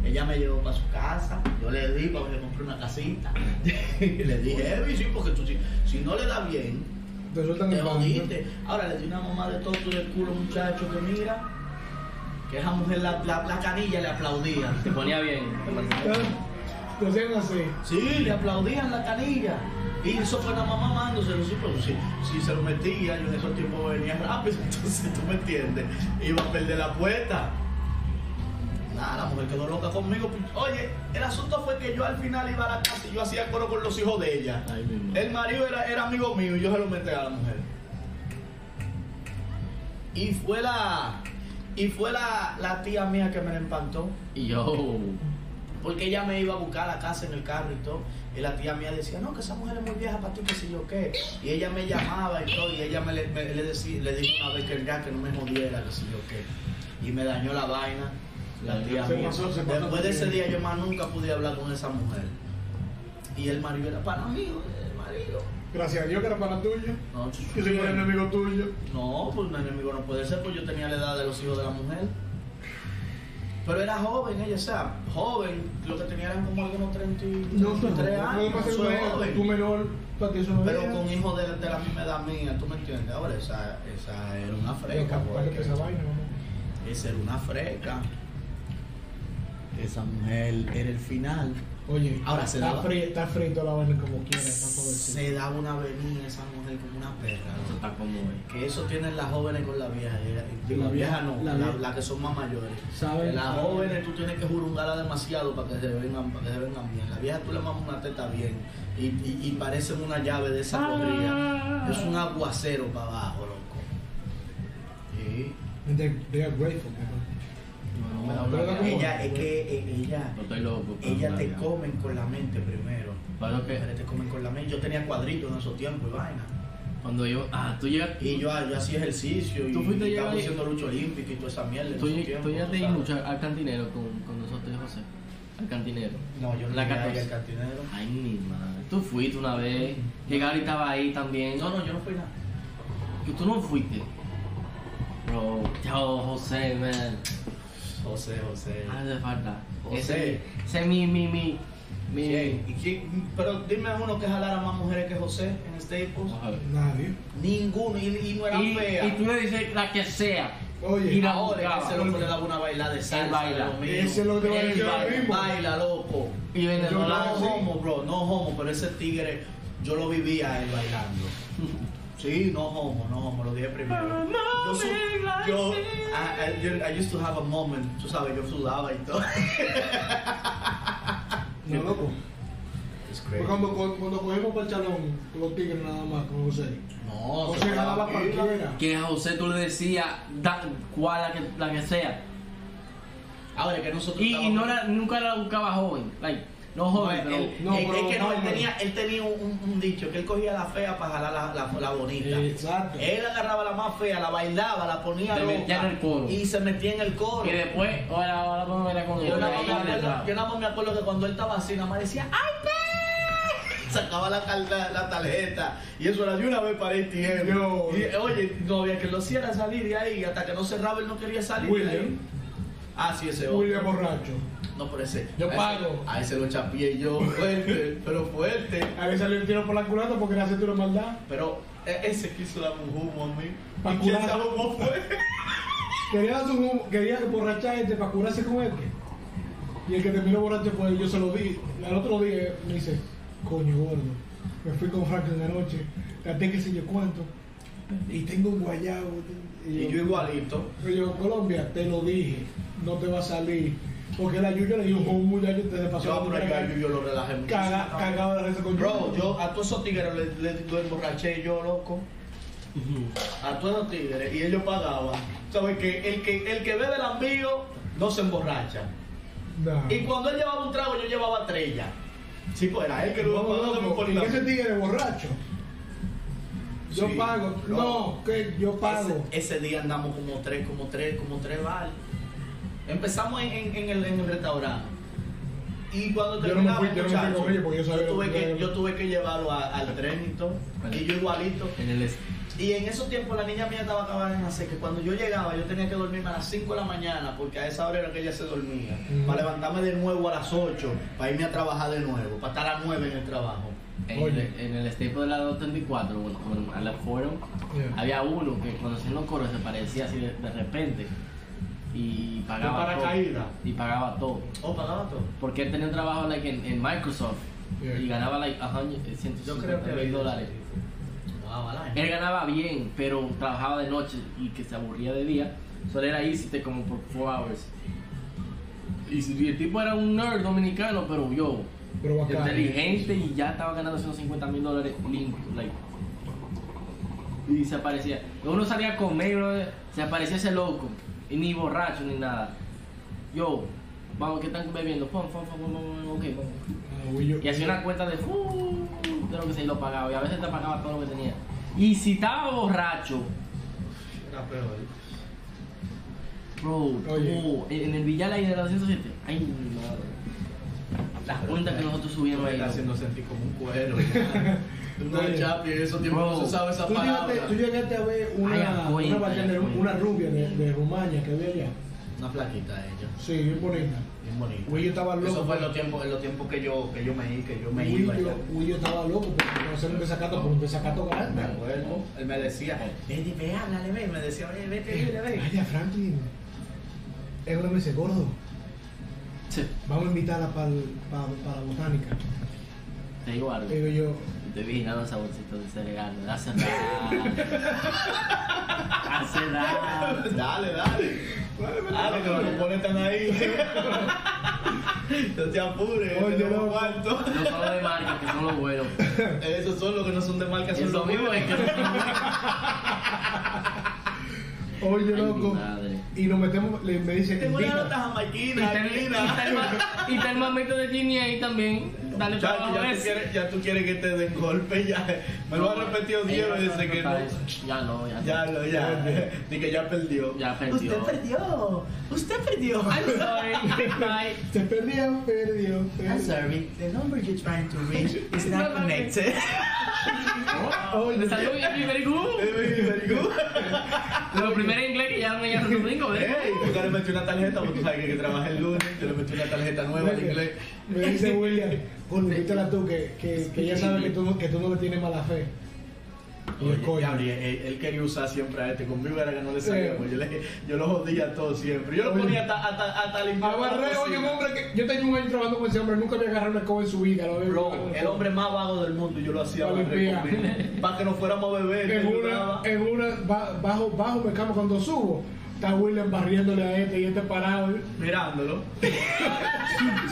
Ella me llevó para su casa, yo le di para que le compré una casita. <laughs> Y le dije, Evi, sí, porque tú, si, si no le da bien,
Te sueltan
te
el pan, ¿no?
jodiste. Ahora le di una mamá de todo del culo, muchacho, que mira, que esa mujer la, la, la canilla le aplaudía.
Te ponía bien. te mantenía bien.
Ah, Te hacían así.
Sí, le aplaudían la canilla. Y eso fue la mamá mandándoselo, sí, pero si, si se lo metía, yo en esos tiempos venía rápido, <laughs> entonces tú me entiendes, iba a perder la puerta. Nada, la mujer quedó loca conmigo. Oye, el asunto fue que yo al final iba a la casa y yo hacía coro con los hijos de ella.
Ay, mi madre.
El marido era, era amigo mío y yo se lo metí a la mujer. Y fue la. Y fue la, la tía mía que me la empantó.
Y yo.
Porque ella me iba a buscar a la casa en el carro y todo. Y la tía mía decía, no, que esa mujer es muy vieja para ti, que si yo qué. Y ella me llamaba y todo. Y ella me, le- me- le decía, le dijo una vez que ya que no me jodiera, que si yo qué. Y me dañó la vaina. La tía
Se
mía.
pasó, se pasó
Después de ese
también.
día yo más nunca pude hablar con esa mujer. Y el marido era para mí, el marido.
Gracias a Dios que era para tuyo.
No,
Que se fue enemigo tuyo.
no, pues un enemigo no puede ser, pues yo tenía la edad de los hijos de la mujer. Pero era joven ella, o sea, joven, lo que tenía eran como algunos 33
No, tú
años,
no.
soy
Tu
joven.
menor, para ti eso no
Pero
era.
con hijos de, de la misma edad mía, ¿tú me entiendes? Ahora, esa, esa era una
Pero
fresca,
capaz que
porque
esa vaina, ¿no?
esa era una fresca. Esa mujer era el final.
Oye,
Ahora se
está,
daba.
fri- está frito la vaina como quiera. está todo así.
Se daba una avenida esa mujer como una perra.
Eso
¿no?
está como. eh.
Que eso tienen las jóvenes con las viejas. eh, digo,
La vieja,
Las viejas
la
no, las
vieja.
las que son más mayores.
¿Saben?
Las jóvenes tú tienes que jurungarla demasiado para que se vengan, para que se vengan bien. Las viejas tú le mamas una teta bien y, y, y parecen una llave de esa
Ah.
corrida. Es un aguacero para abajo, loco. Sí.
And They, they are grateful. ¿no?
No,
me la
no,
droga
no,
como-
Ella, es que eh, ella,
no estoy loco. pero
ella
no,
te
ya.
comen con la mente primero.
Bueno,
Las
que
mujeres te comen con la mente. Yo tenía cuadritos en esos tiempos y vaina.
Cuando yo. Ah, tú ya.
Y yo, yo hacía ejercicio y,
Tú fuiste
y
ya
estaba
de-
haciendo lucha olímpica y toda esa mierda. en
Tú,
esos
tú
tiempos,
ya te
¿sabes?
ibas mucho al cantinero con, con nosotros, José. Al cantinero.
No, yo no
La
llegué ahí
14.
al cantinero.
Ay, mi madre. Tú fuiste una vez. Que Gary estaba ahí también.
No, no, yo no fui nada.
Que tú no fuiste. Bro, yo, José, man.
José, José.
Hace falta.
José.
Ese, ese es mi, mi, mi. mi
¿Quién? ¿Y quién? Pero dime a uno que jalara más mujeres que José en Staples.
Vamos a ver.
Nadie.
Ninguno, y, y no era
Y,
fea.
y tú le dices la que sea.
Oye.
y la
Ahora
buscaba.
ese loco le daba una bailada de salsa.
baila.
de lo mío.
Ese es lo que te voy a
Él
decir ahora
baila,
mismo.
Baila, loco.
Y viene
Yo
no
No
la-
Ah, sí.
homo, bro, no homo, pero ese tigre yo lo vivía a él
<laughs>
bailando. Sí, no homo, no homo, lo dije primero. Yo, su- yo, I, I- I used to have a moment, tú sabes, yo sudaba y <laughs> todo.
No, loco.
It's
Fue
crazy.
Cuando, cuando cogimos para el chalón, los tigres nada más, con José.
No,
José ganaba cualquiera.
Que a José tú le decías da- cuál la que, la que sea.
Ahora que nosotros
Y, y
estábamos-
no la- nunca la buscaba joven. Like, No joven, pero.
él-
no,
es,
pero
es que no, él
vamos.
tenía, él tenía un, un dicho, que él cogía la fea para jalar la, la- la bonita.
Exacto.
Él agarraba la más fea, la bailaba, la ponía
Se
loca
metía en el coro.
y se metía en el coro.
Y después, ahora, ahora vamos a ver con
Yo
él.
nada, más
ahí
me acuerdo,
detrás.
yo nada más me acuerdo que cuando él estaba así, nada más decía ¡Ay, pe! <laughs> Sacaba la, carta- la tarjeta y eso era de una vez para ATM.
No.
Y, oye, no había que lo hiciera salir de ahí hasta que no cerraba él no quería salir. de ahí.
William.
Ah, sí, ese otro.
William borracho.
No, pero ese.
Yo
a ese-
pago.
A ese lo chapié yo fuerte, <laughs> pero fuerte.
A veces le tiro por la culata porque le hace tiro maldad.
Pero e- ese quiso dar un humo a mí.
Pa'
¿Y quién
curar.
sabe
<laughs>
cómo fue?
Quería, darse un- quería borrachar este para curarse con este. Y el que terminó borracho fue él. Yo se lo di. Al otro día me dice, coño gordo, me fui con Franklin anoche, gasté qué sé yo cuánto. Y tengo un guayabo.
Y yo igualito.
Y yo, Colombia, te lo dije, no te va a salir. Porque la Yuya le dijo, un muchacho te pasó
Yo,
la
pero
primera
yo, yo, yo lo relajé mucho.
caga- cagado de risa con
Bro, yo a todos esos tigres les, les, los emborraché yo, loco. A todos los tigres. Y ellos pagaban. ¿Sabes que El que, el que bebe el ambío no se emborracha.
Nah.
Y cuando él llevaba un trago, yo llevaba tres ya. Chico, era él que lo
No,
pagaba, no me
loco, y
importaba.
ese tigre borracho. Yo
Sí,
pago.
no.
No, que yo pago.
Ese, ese día andamos como tres, como tres, como tres bar. Empezamos en, en- en el, en el restaurante. Y cuando
Yo no me
terminamos,
fui- yo no me fui
muchacho,
con ella porque yo sabía
tuve
lo que
que,
era.
yo tuve que llevarlo a- al tren y todo. Y yo igualito.
En el este.
Y en esos tiempos la niña mía estaba acabada de nacer, que cuando yo llegaba yo tenía que dormirme a las 5 de la mañana, porque a esa hora era que ella se dormía,
Mm.
para levantarme de nuevo a las 8, para irme a trabajar de nuevo, para estar a las 9 en el trabajo.
En,
Oye.
el, en el staple de la 234, bueno, con- a la Forum,
Yeah.
había uno que cuando hacían los coros se parecía así de, de repente. Y pagaba
¿De
todo.
paracaídas?
Y pagaba todo.
¿O Oh, pagaba todo?
Porque él tenía un trabajo like, en, en Microsoft
Yeah.
y ganaba like, a hundred- eh,
Yo creo que
150 mil dólares.
Wow, a la gente.
Él ganaba bien, pero trabajaba de noche y que se aburría de día. Solo era easy te como por 4 hours. Y si- y el tipo era un nerd dominicano, pero yo,
Pero bacán.
inteligente y ya estaba ganando 150 mil dólares limpio. like. Y se aparecía. Uno salía a comer, brother, se aparecía ese loco. Y ni borracho ni nada. Yo, vamos, ¿qué están bebiendo? Pum, pum, pum, pum, pum, ok, vamos.
Ah, güey, yo-
Y hacía una cuenta de, uh, de lo que se lo pagaba. Y a veces te pagaba todo lo que tenía. Y si estaba borracho,
Era peor.
bro,
Oye.
tú, en en el Villar ahí de la 207. Ay, mi madre. Las cuentas que nosotros subíamos ahí.
Está
loco.
haciendo sentir como un <laughs> cuero. ya. no,
Oye.
chapi, en esos tiempos
Bro.
no se sabe esa
Tú llegaste,
palabra.
tú llegaste a ver
Ay,
una,
a
una,
cuenta,
bacana-
a cuenta.
una rubia de, de Rumania que había allá.
Una plaquita ella.
Sí, bien bonita.
Bien bonito.
Güey, yo estaba loco.
Eso fue en los tiempos, en los tiempos que yo, que yo me, que yo me
Güey,
iba.
yo,
ya.
güey, yo estaba loco porque no hacer un desacato por un desacato
Me
grande.
acuerdo, él me decía, ve, ve, háblale, ve, me decía, ve, vete, dile, ve.
Ay, a Franklin. Él me dice, gordo,
Sí,
vamos a invitarla para para Botánica.
te digo algo.
Eh,
Digo yo,
Te vi nada saborcito de cereal, hace rato. hace rato.
Dale, dale. Dale, que los compones están ahí. <laughs> No te apures,
Oye,
tenemos
no.
este cuarto.
No solo de marca, que son los buenos.
Esos <laughs> son los que no son de marca, son
Es lo
los
mismo
mismos.
es que no son
oye
Ay, mi
loco.
madre.
Y nos metemos, le, me dice,
Tengo una
"Invita".
nota jamaiquina,
Y ten- y
Gina.
ten- Y está el mamito de Jimmy ahí también. Dale para
Chacho,
abajo
ya, tú
ese.
quieres, ya tú quieres que te den golpe, ya. Me lo ha repetido 10
Ella
veces que
no.
no.
Ya no, ya no.
Ya, lo, ya. Ni que ya perdió.
Ya perdió.
Usted perdió. Usted perdió.
I'm sorry. Bye.
<laughs> Se perdió, perdió. perdió.
I'm sorry, the number you're trying to reach is not connected.
Oh, me salió bien, bien, very
<laughs>
good. Lo primero en inglés que ya me llaman los gringos,
<laughs>
¿eh?
Ey, tú ya le metí una tarjeta, porque tú sabes que, que trabaja el lunes, yo le metí una tarjeta nueva en inglés.
Me dice William, con invítala tú, que, que, que ella sabe que tú, no- que tú no le tienes mala fe. Y yo,
Oye,
coño. Eh.
Gabriel, él, él quería usar siempre a este, conmigo era que no le salía, pues yo, le, yo lo jodía a todo siempre. Yo lo
Oye.
ponía hasta, hasta, hasta limpiar. la
Agarré, oye, un
cocina.
hombre que. Yo tenía un año trabajando con ese hombre, nunca había agarrado una escoba en su vida. lo había agarrado
Bro,
una
el hombre más vago del mundo, yo lo hacía barrer
Olimpia.
conmigo. Para que nos fuéramos a beber.
En
yo
una,
entraba.
en una, ba- bajo, bajo me cama cuando subo. Está William barriéndole a este y este parado.
mirándolo,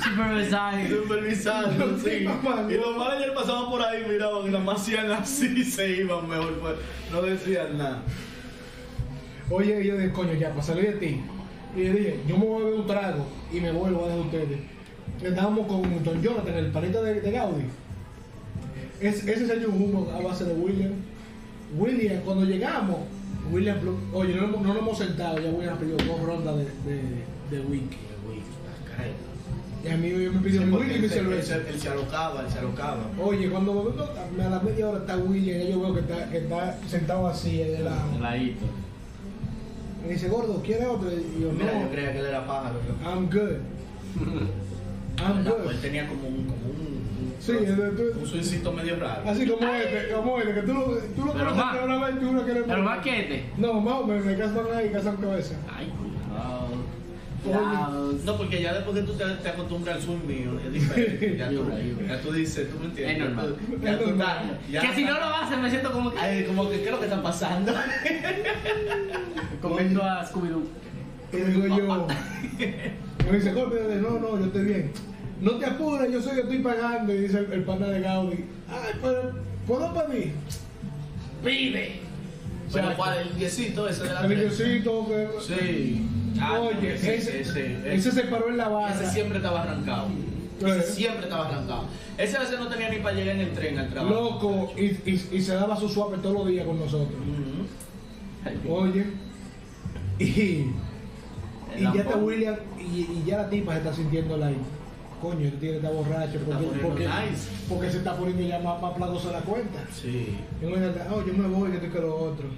Supervisor.
supervisando, sí.
mamá,
Y los managers pasaban por ahí, miraban, y nada más hacían así <laughs> y se iban mejor. pues, No decían nada.
Oye, y yo pues, dije, coño, ya, para salir de ti. Y le dije, yo me voy a beber un trago y me vuelvo a dejar ustedes. estábamos con, con Jonathan, el palito de, de Gaudi. Es, ese salió un humo a base de William. William, cuando llegamos, William, Blum- oye, no, nos- no nos hemos sentado, ya William ha pedido dos rondas de, de, de whisky. Y a mí me pidió mi whisky y mi cerveza.
Él se alocaba, él se alocaba.
Oye, cuando me vengo, a la media hora está William, yo veo que está, que está sentado así, ahí de lado.
Ladito.
Me dice, gordo, ¿quieres otro? Y yo,
Mira, yo
no,
creía que él era pájaro. yo-
I'm good. I'm
No,
good.
él tenía como un. Como un
Ah, pues. Sí, es de- tú-
un suicidio medio raro.
Así como este, como este, que tú lo, tú lo
Pero
conoces
más.
de una vez y uno que no-
Pero más que este.
No, más me, me casan ahí, casan cabeza.
Ay, cuidado.
pues.
Cuidado.
No, porque ya después que tú te, te acostumbras al swing mío, es
<laughs>
diferente. Ya tú,
Yo, yo.
ya tú dices, tú me entiendes.
Es normal.
Ya tú estás- ya
que si no
estás-
lo hacen, me siento como que.
Ay, como que, ¿qué es lo que está pasando?
Comiendo a Scooby-Doo.
Y digo
<laughs>
yo, me dice, golpe, yo digo, no, no, yo estoy bien. No te apures, yo soy que estoy pagando. Y dice el, el pana de Gaudi, ay, pero, ¿puedo pedir?
¡Vive!
<laughs> Bueno, ¿cuál? El diecito ese de la
El
tres.
niñocito, que.
Sí. Ah, no,
Oye,
ese,
ese,
ese, ese,
ese se paró en la barra.
Ese siempre estaba arrancado.
Eh.
Ese siempre estaba arrancado. Ese a veces no tenía ni para llegar en el tren al trabajo.
Loco, y, y, y se daba su suave todos los días con nosotros.
Ujú.
Oye, y. Y
El
ya está
lampón.
William, y, y ya la tipa se está sintiendo la Coño, este tigre está borracho, porque,
poniendo
porque,
nice.
porque se está poniendo ya más, más plagosa la cuenta.
Sí.
Y uno dice, oh, yo me voy, que estoy con los otros.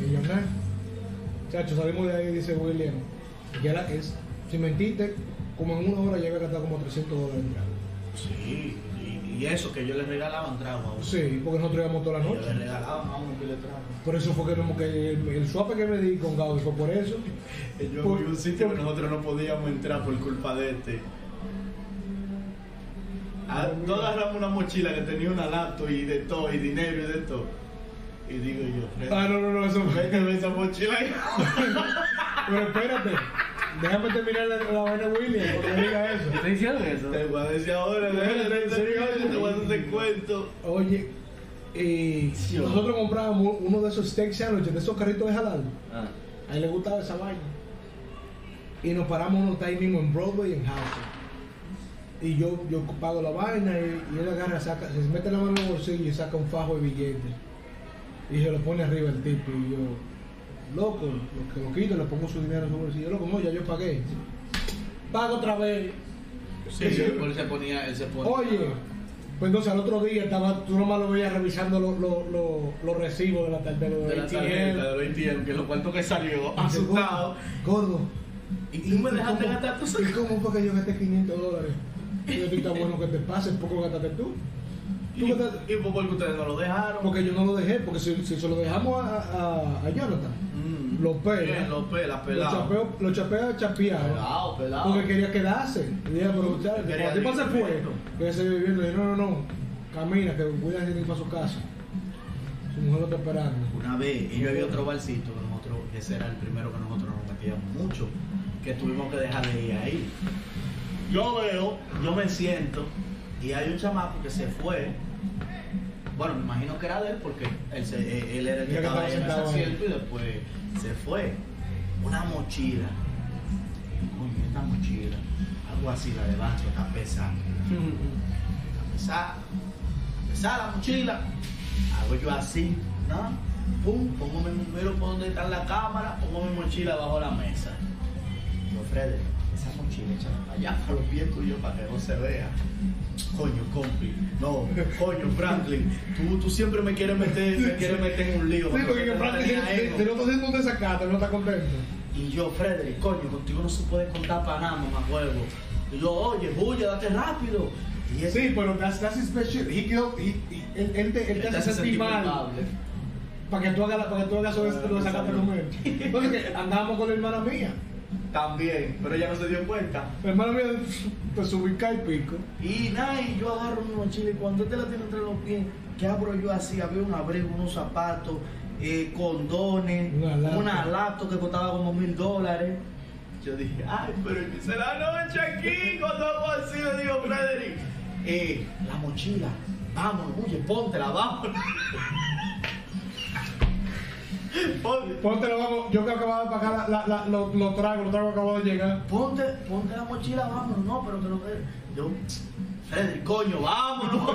Y yo, nah. Chacho, salimos de ahí, dice William. Ya la es, si mentiste, como en una hora ya había gastado como 300 dólares en trago.
Sí. Y-
Y eso que yo le regalaban trago a uno.
Sí, porque nosotros íbamos toda la
Yo le
noche.
regalaban a uno que le trago.
Por eso fue que, como que el, el suape que me di con Gaudi fue por eso.
Yo
Por-
vi un sitio que
por-
nosotros no podíamos entrar por culpa de este. Ah, Todos agarramos una mochila que tenía una laptop y de todo, y dinero y de todo. Y digo yo,
Ah, no, no, no, eso fue.
vete ve esa mochila y
Pero espérate, déjame terminar la, la vaina de William, porque no diga eso.
¿Te hicieron eso?
te voy a decir ahora, déjame,
Sí, sí.
te voy a hacer cuento.
Oye, eh,
Sí, o-
nosotros comprábamos uno de esos steak sandwiches, de esos carritos de jalal.
Ah.
A él le gustaba esa vaina. Y nos paramos unos ahí mismo en Broadway y en House. Y yo, yo pago la vaina y, y él agarra, saca, se mete la mano en el bolsillo y saca un fajo de billetes. Y se lo pone arriba el tipo. Y yo, loco, lo que lo quito, le pongo su dinero en su bolsillo. Loco, no, ya yo pagué. Pago otra vez.
Sí, él se ponía, él se ponía.
Oye, pues entonces al otro día estaba, tú nomás lo veías revisando los los- los- los recibos de la tarjeta de los
de la
ATM.
tarjeta de los ATM, que lo cuento que
Y
salió,
dice,
asustado.
Gordo.
Y tú me dejaste
cómo-
gastar tus
¿Y cómo fue que yo gasté 500 dólares? Y yo estoy tan bueno que te pases, poco lo gastaste tú. Tú
Y,
gastaste-
y fue porque ustedes no lo dejaron.
Porque yo no lo dejé, porque si, si se lo dejamos a, a, a Jonathan,
Mm.
lo pela.
Bien, lo pela,
lo
pelado.
chapeo, lo chapea chapeado.
Pelado, pelado.
Porque quería quedarse. Y dije, pero usted,
Quería
cuando el tipo se
vivir
fue,
viviendo.
que se viviendo, le dije, no, no, no, camina, que voy a ir para su casa. Su mujer lo está esperando.
Una vez, y yo había otro barcito que nosotros, ese era el primero que nosotros nos metíamos mucho, que tuvimos que dejar de ir ahí. Yo veo, yo me siento, y hay un chamaco que se fue. Bueno, me imagino que era de él porque él, se- eh, él era el que
Era que
estaba ahí en ese
estaba sentado ahí.
asiento y después se fue. Una mochila. Coño, esta mochila. Algo así, la de Bacho, está
<laughs>
pesada. Empezar, empezar la mochila. Hago yo así, ¿no? Pum, pongo mi miro por donde está la cámara, pongo mi mochila bajo la mesa. Yo, Freddy, esa mochila échala para allá, para los pies tuyos, para que no se vea. Coño, compi, no, coño, Franklin, tú, tú siempre me quieres meter, me quieres meter en un lío.
Sí, porque
Tú
Franklin,
tenías
si
ego.
si no está haciendo un desacato, no está contento.
Y yo, Frederick, coño, contigo no se puede contar para nada, mamá huevo. Y yo, oye, bulla, date rápido. Y ese-
Sí, pero that's, that's his special. He killed, he, he- él, él te, él te hace sentir mal.
culpable.
Para que tú hagas, la- para que tú hagas eso, lo sacaste con él. Entonces, que andábamos con la hermana mía.
También, pero ella no se dio cuenta.
La hermana mía, pues ubica y pico.
Y nada, y yo agarro mi mochila y cuando te la tiene entre los pies, que abro yo así, había un abrigo, unos zapatos, eh, condones,
Una lata.
una laptop que costaba como mil dólases. Yo dije, ay, pero empecé la noche aquí, cuando hago así, le digo, Frederick, eh, la mochila, vamos, oye, <laughs> póntela, vamos. Ponte,
Ponte lo vamos, yo que acababa de pagar la, la, la, lo, lo trago, lo trago acabado de llegar.
ponte, ponte la mochila, vámonos. No, pero que lo que. Yo, Freddy, coño, vámonos.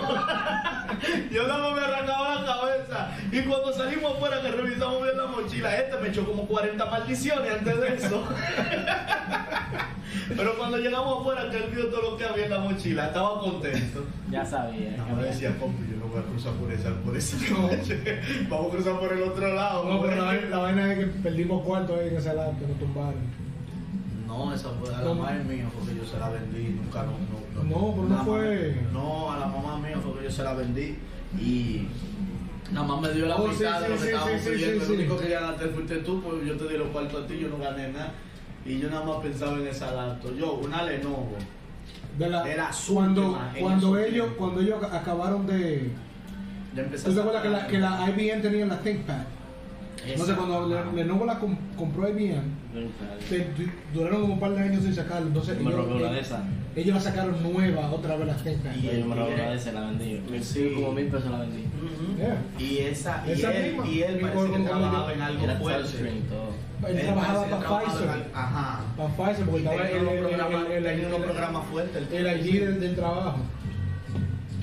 <laughs> Yo no me arrancaba la cabeza. Y cuando salimos afuera, que revisamos bien la mochila, este me echó como 40 maldiciones antes de eso. <laughs> Pero cuando llegamos afuera, que él vio todo lo que había en la mochila, estaba contento.
Ya sabía.
No,
que
me
había-
decía, compi, yo no voy a cruzar por esa, por esa <laughs> calle. Vamos a cruzar por el otro lado.
No, pero la,
hombre".
vaina- la vaina es que perdimos cuarto ahí en ese lado, que nos tumbaron.
No, esa fue a la
¿Cómo?
madre mía fue que yo se la vendí, nunca no. No,
No, pero no
nada
fue-
más- No, a la mamá mía fue que yo se la vendí y nada más me dio la
Oh, sí,
mitad de
sí,
lo que
sí,
estábamos
sí, sí,
pidiendo.
sí,
el único
sí.
que ganaste fuiste tú, pues yo te di los cuartos a ti, yo no gané nada. Y yo nada más pensaba en esa laptop. Yo, una Lenovo.
De la,
De las
cuando,
últimas, en
cuando
esos
ellos,
tiempos.
cuando ellos acabaron de.
Ya empecé
¿Tú te
a
acuerdas que la,
sacar-
que la IBM tenía la ThinkPad? No sé,
Esa.
cuando le- Lenovo la comp- compró IBM,
Yo
te- du- duraron como un par de años sin sacarla. Entonces
me robé una de
ellos, eh,
esas.
ellos la sacaron nueva otra vez la ThinkPad.
Y-
Yo me robé una de esas, la vendí. Me
Sí.
como mil pesos la vendí.
Ujú.
Yeah.
Y esa, y
Esa
él,
misma.
y él
Y
parece
con-
que
con-
trabajaba en algo
Era
fuerte.
touchscreen, todo.
Él
parece
trabajaba
que
para
trabajaba en
Pfizer.
al- Ajá.
Para Pfizer, porque estaba
Tenía
el,
unos
el,
programas-
el, el-
tenía unos
el-
programas fuertes, el
el
tipo.
ID del, del trabajo.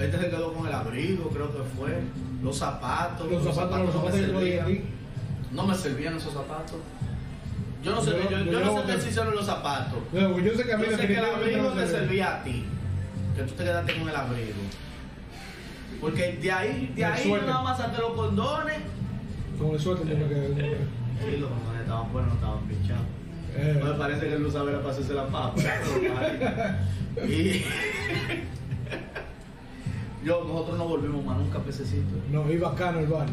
Este se quedó con el abrigo, creo que fue. Los zapatos.
Los zapatos, los zapatos que
no
yo
me
dije a ti.
servían. No me servían esos zapatos. Yo no sé,
Yo-
yo, yo
yo
no
creo
sé qué
que-
se hicieron los zapatos.
No, Yo sé que a
Yo
mí
sé que el
definitivamente
abrigo
no
te
me servía.
servía a ti. Que tú te quedaste con el abrigo. Porque de ahí, de
El
ahí yo
suéter.
nada más saqué los condones.
Con el suerte tengo que.
Y los condones estaban buenos, estaban pinchados.
eh,
Me parece que él no sabe la pasarse la
<laughs>
papa. pero vale. y <laughs> yo, nosotros no volvimos más nunca a pececito.
No, iba bacano el bar.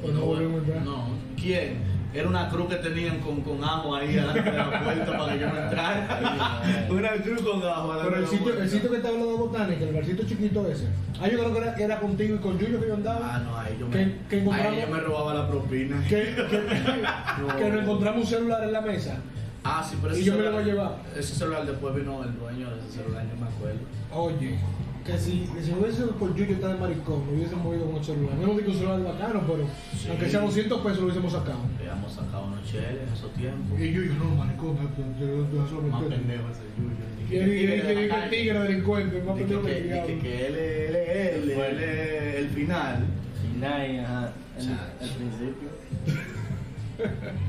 Pues no volvimos más.
No. ¿Quién? Era una cruz que tenían con, con ajo ahí delante de la puerta para que yo no
<laughs>
entrara. una cruz con ajo. delante
Pero
de
el
la
sitio,
puerta.
el sitio que te hablando de botánica, el barcito chiquito ese. Ah, yo creo que era, era contigo y con Julio que yo andaba.
Ah, no, ahí yo me,
que, que
ahí
encontramos,
yo me robaba la propina.
que, que- <laughs> que nos encontramos un celular en la mesa.
Ah, sí, pero
Y
ese
yo me lo voy
celular-
a llevar.
Ese celular después vino el dueño de ese celular, yo me acuerdo.
Oye, que si, que si no hubiese sido por Julio estar de maricón, me hubiesen movido con el celular. No digo que un celular bacano, pero
Sí.
aunque sean 200 pesos lo hubiésemos sacado.
Habíamos sacado unos cheles en esos tiempos.
Y yo, yo no, maricón, eh, yo- yo- yo- yo-
Más
yo-
pendejo ese Yuyo.
Y
que
el- y el-
tigre de
y
la
el
calle.
tigre delincuente, más
Ni
pendejo
que-
que el
ni que-
diablo.
que él es- él es él, él es el final.
Final, ajá. El,
Chacho.
el principio.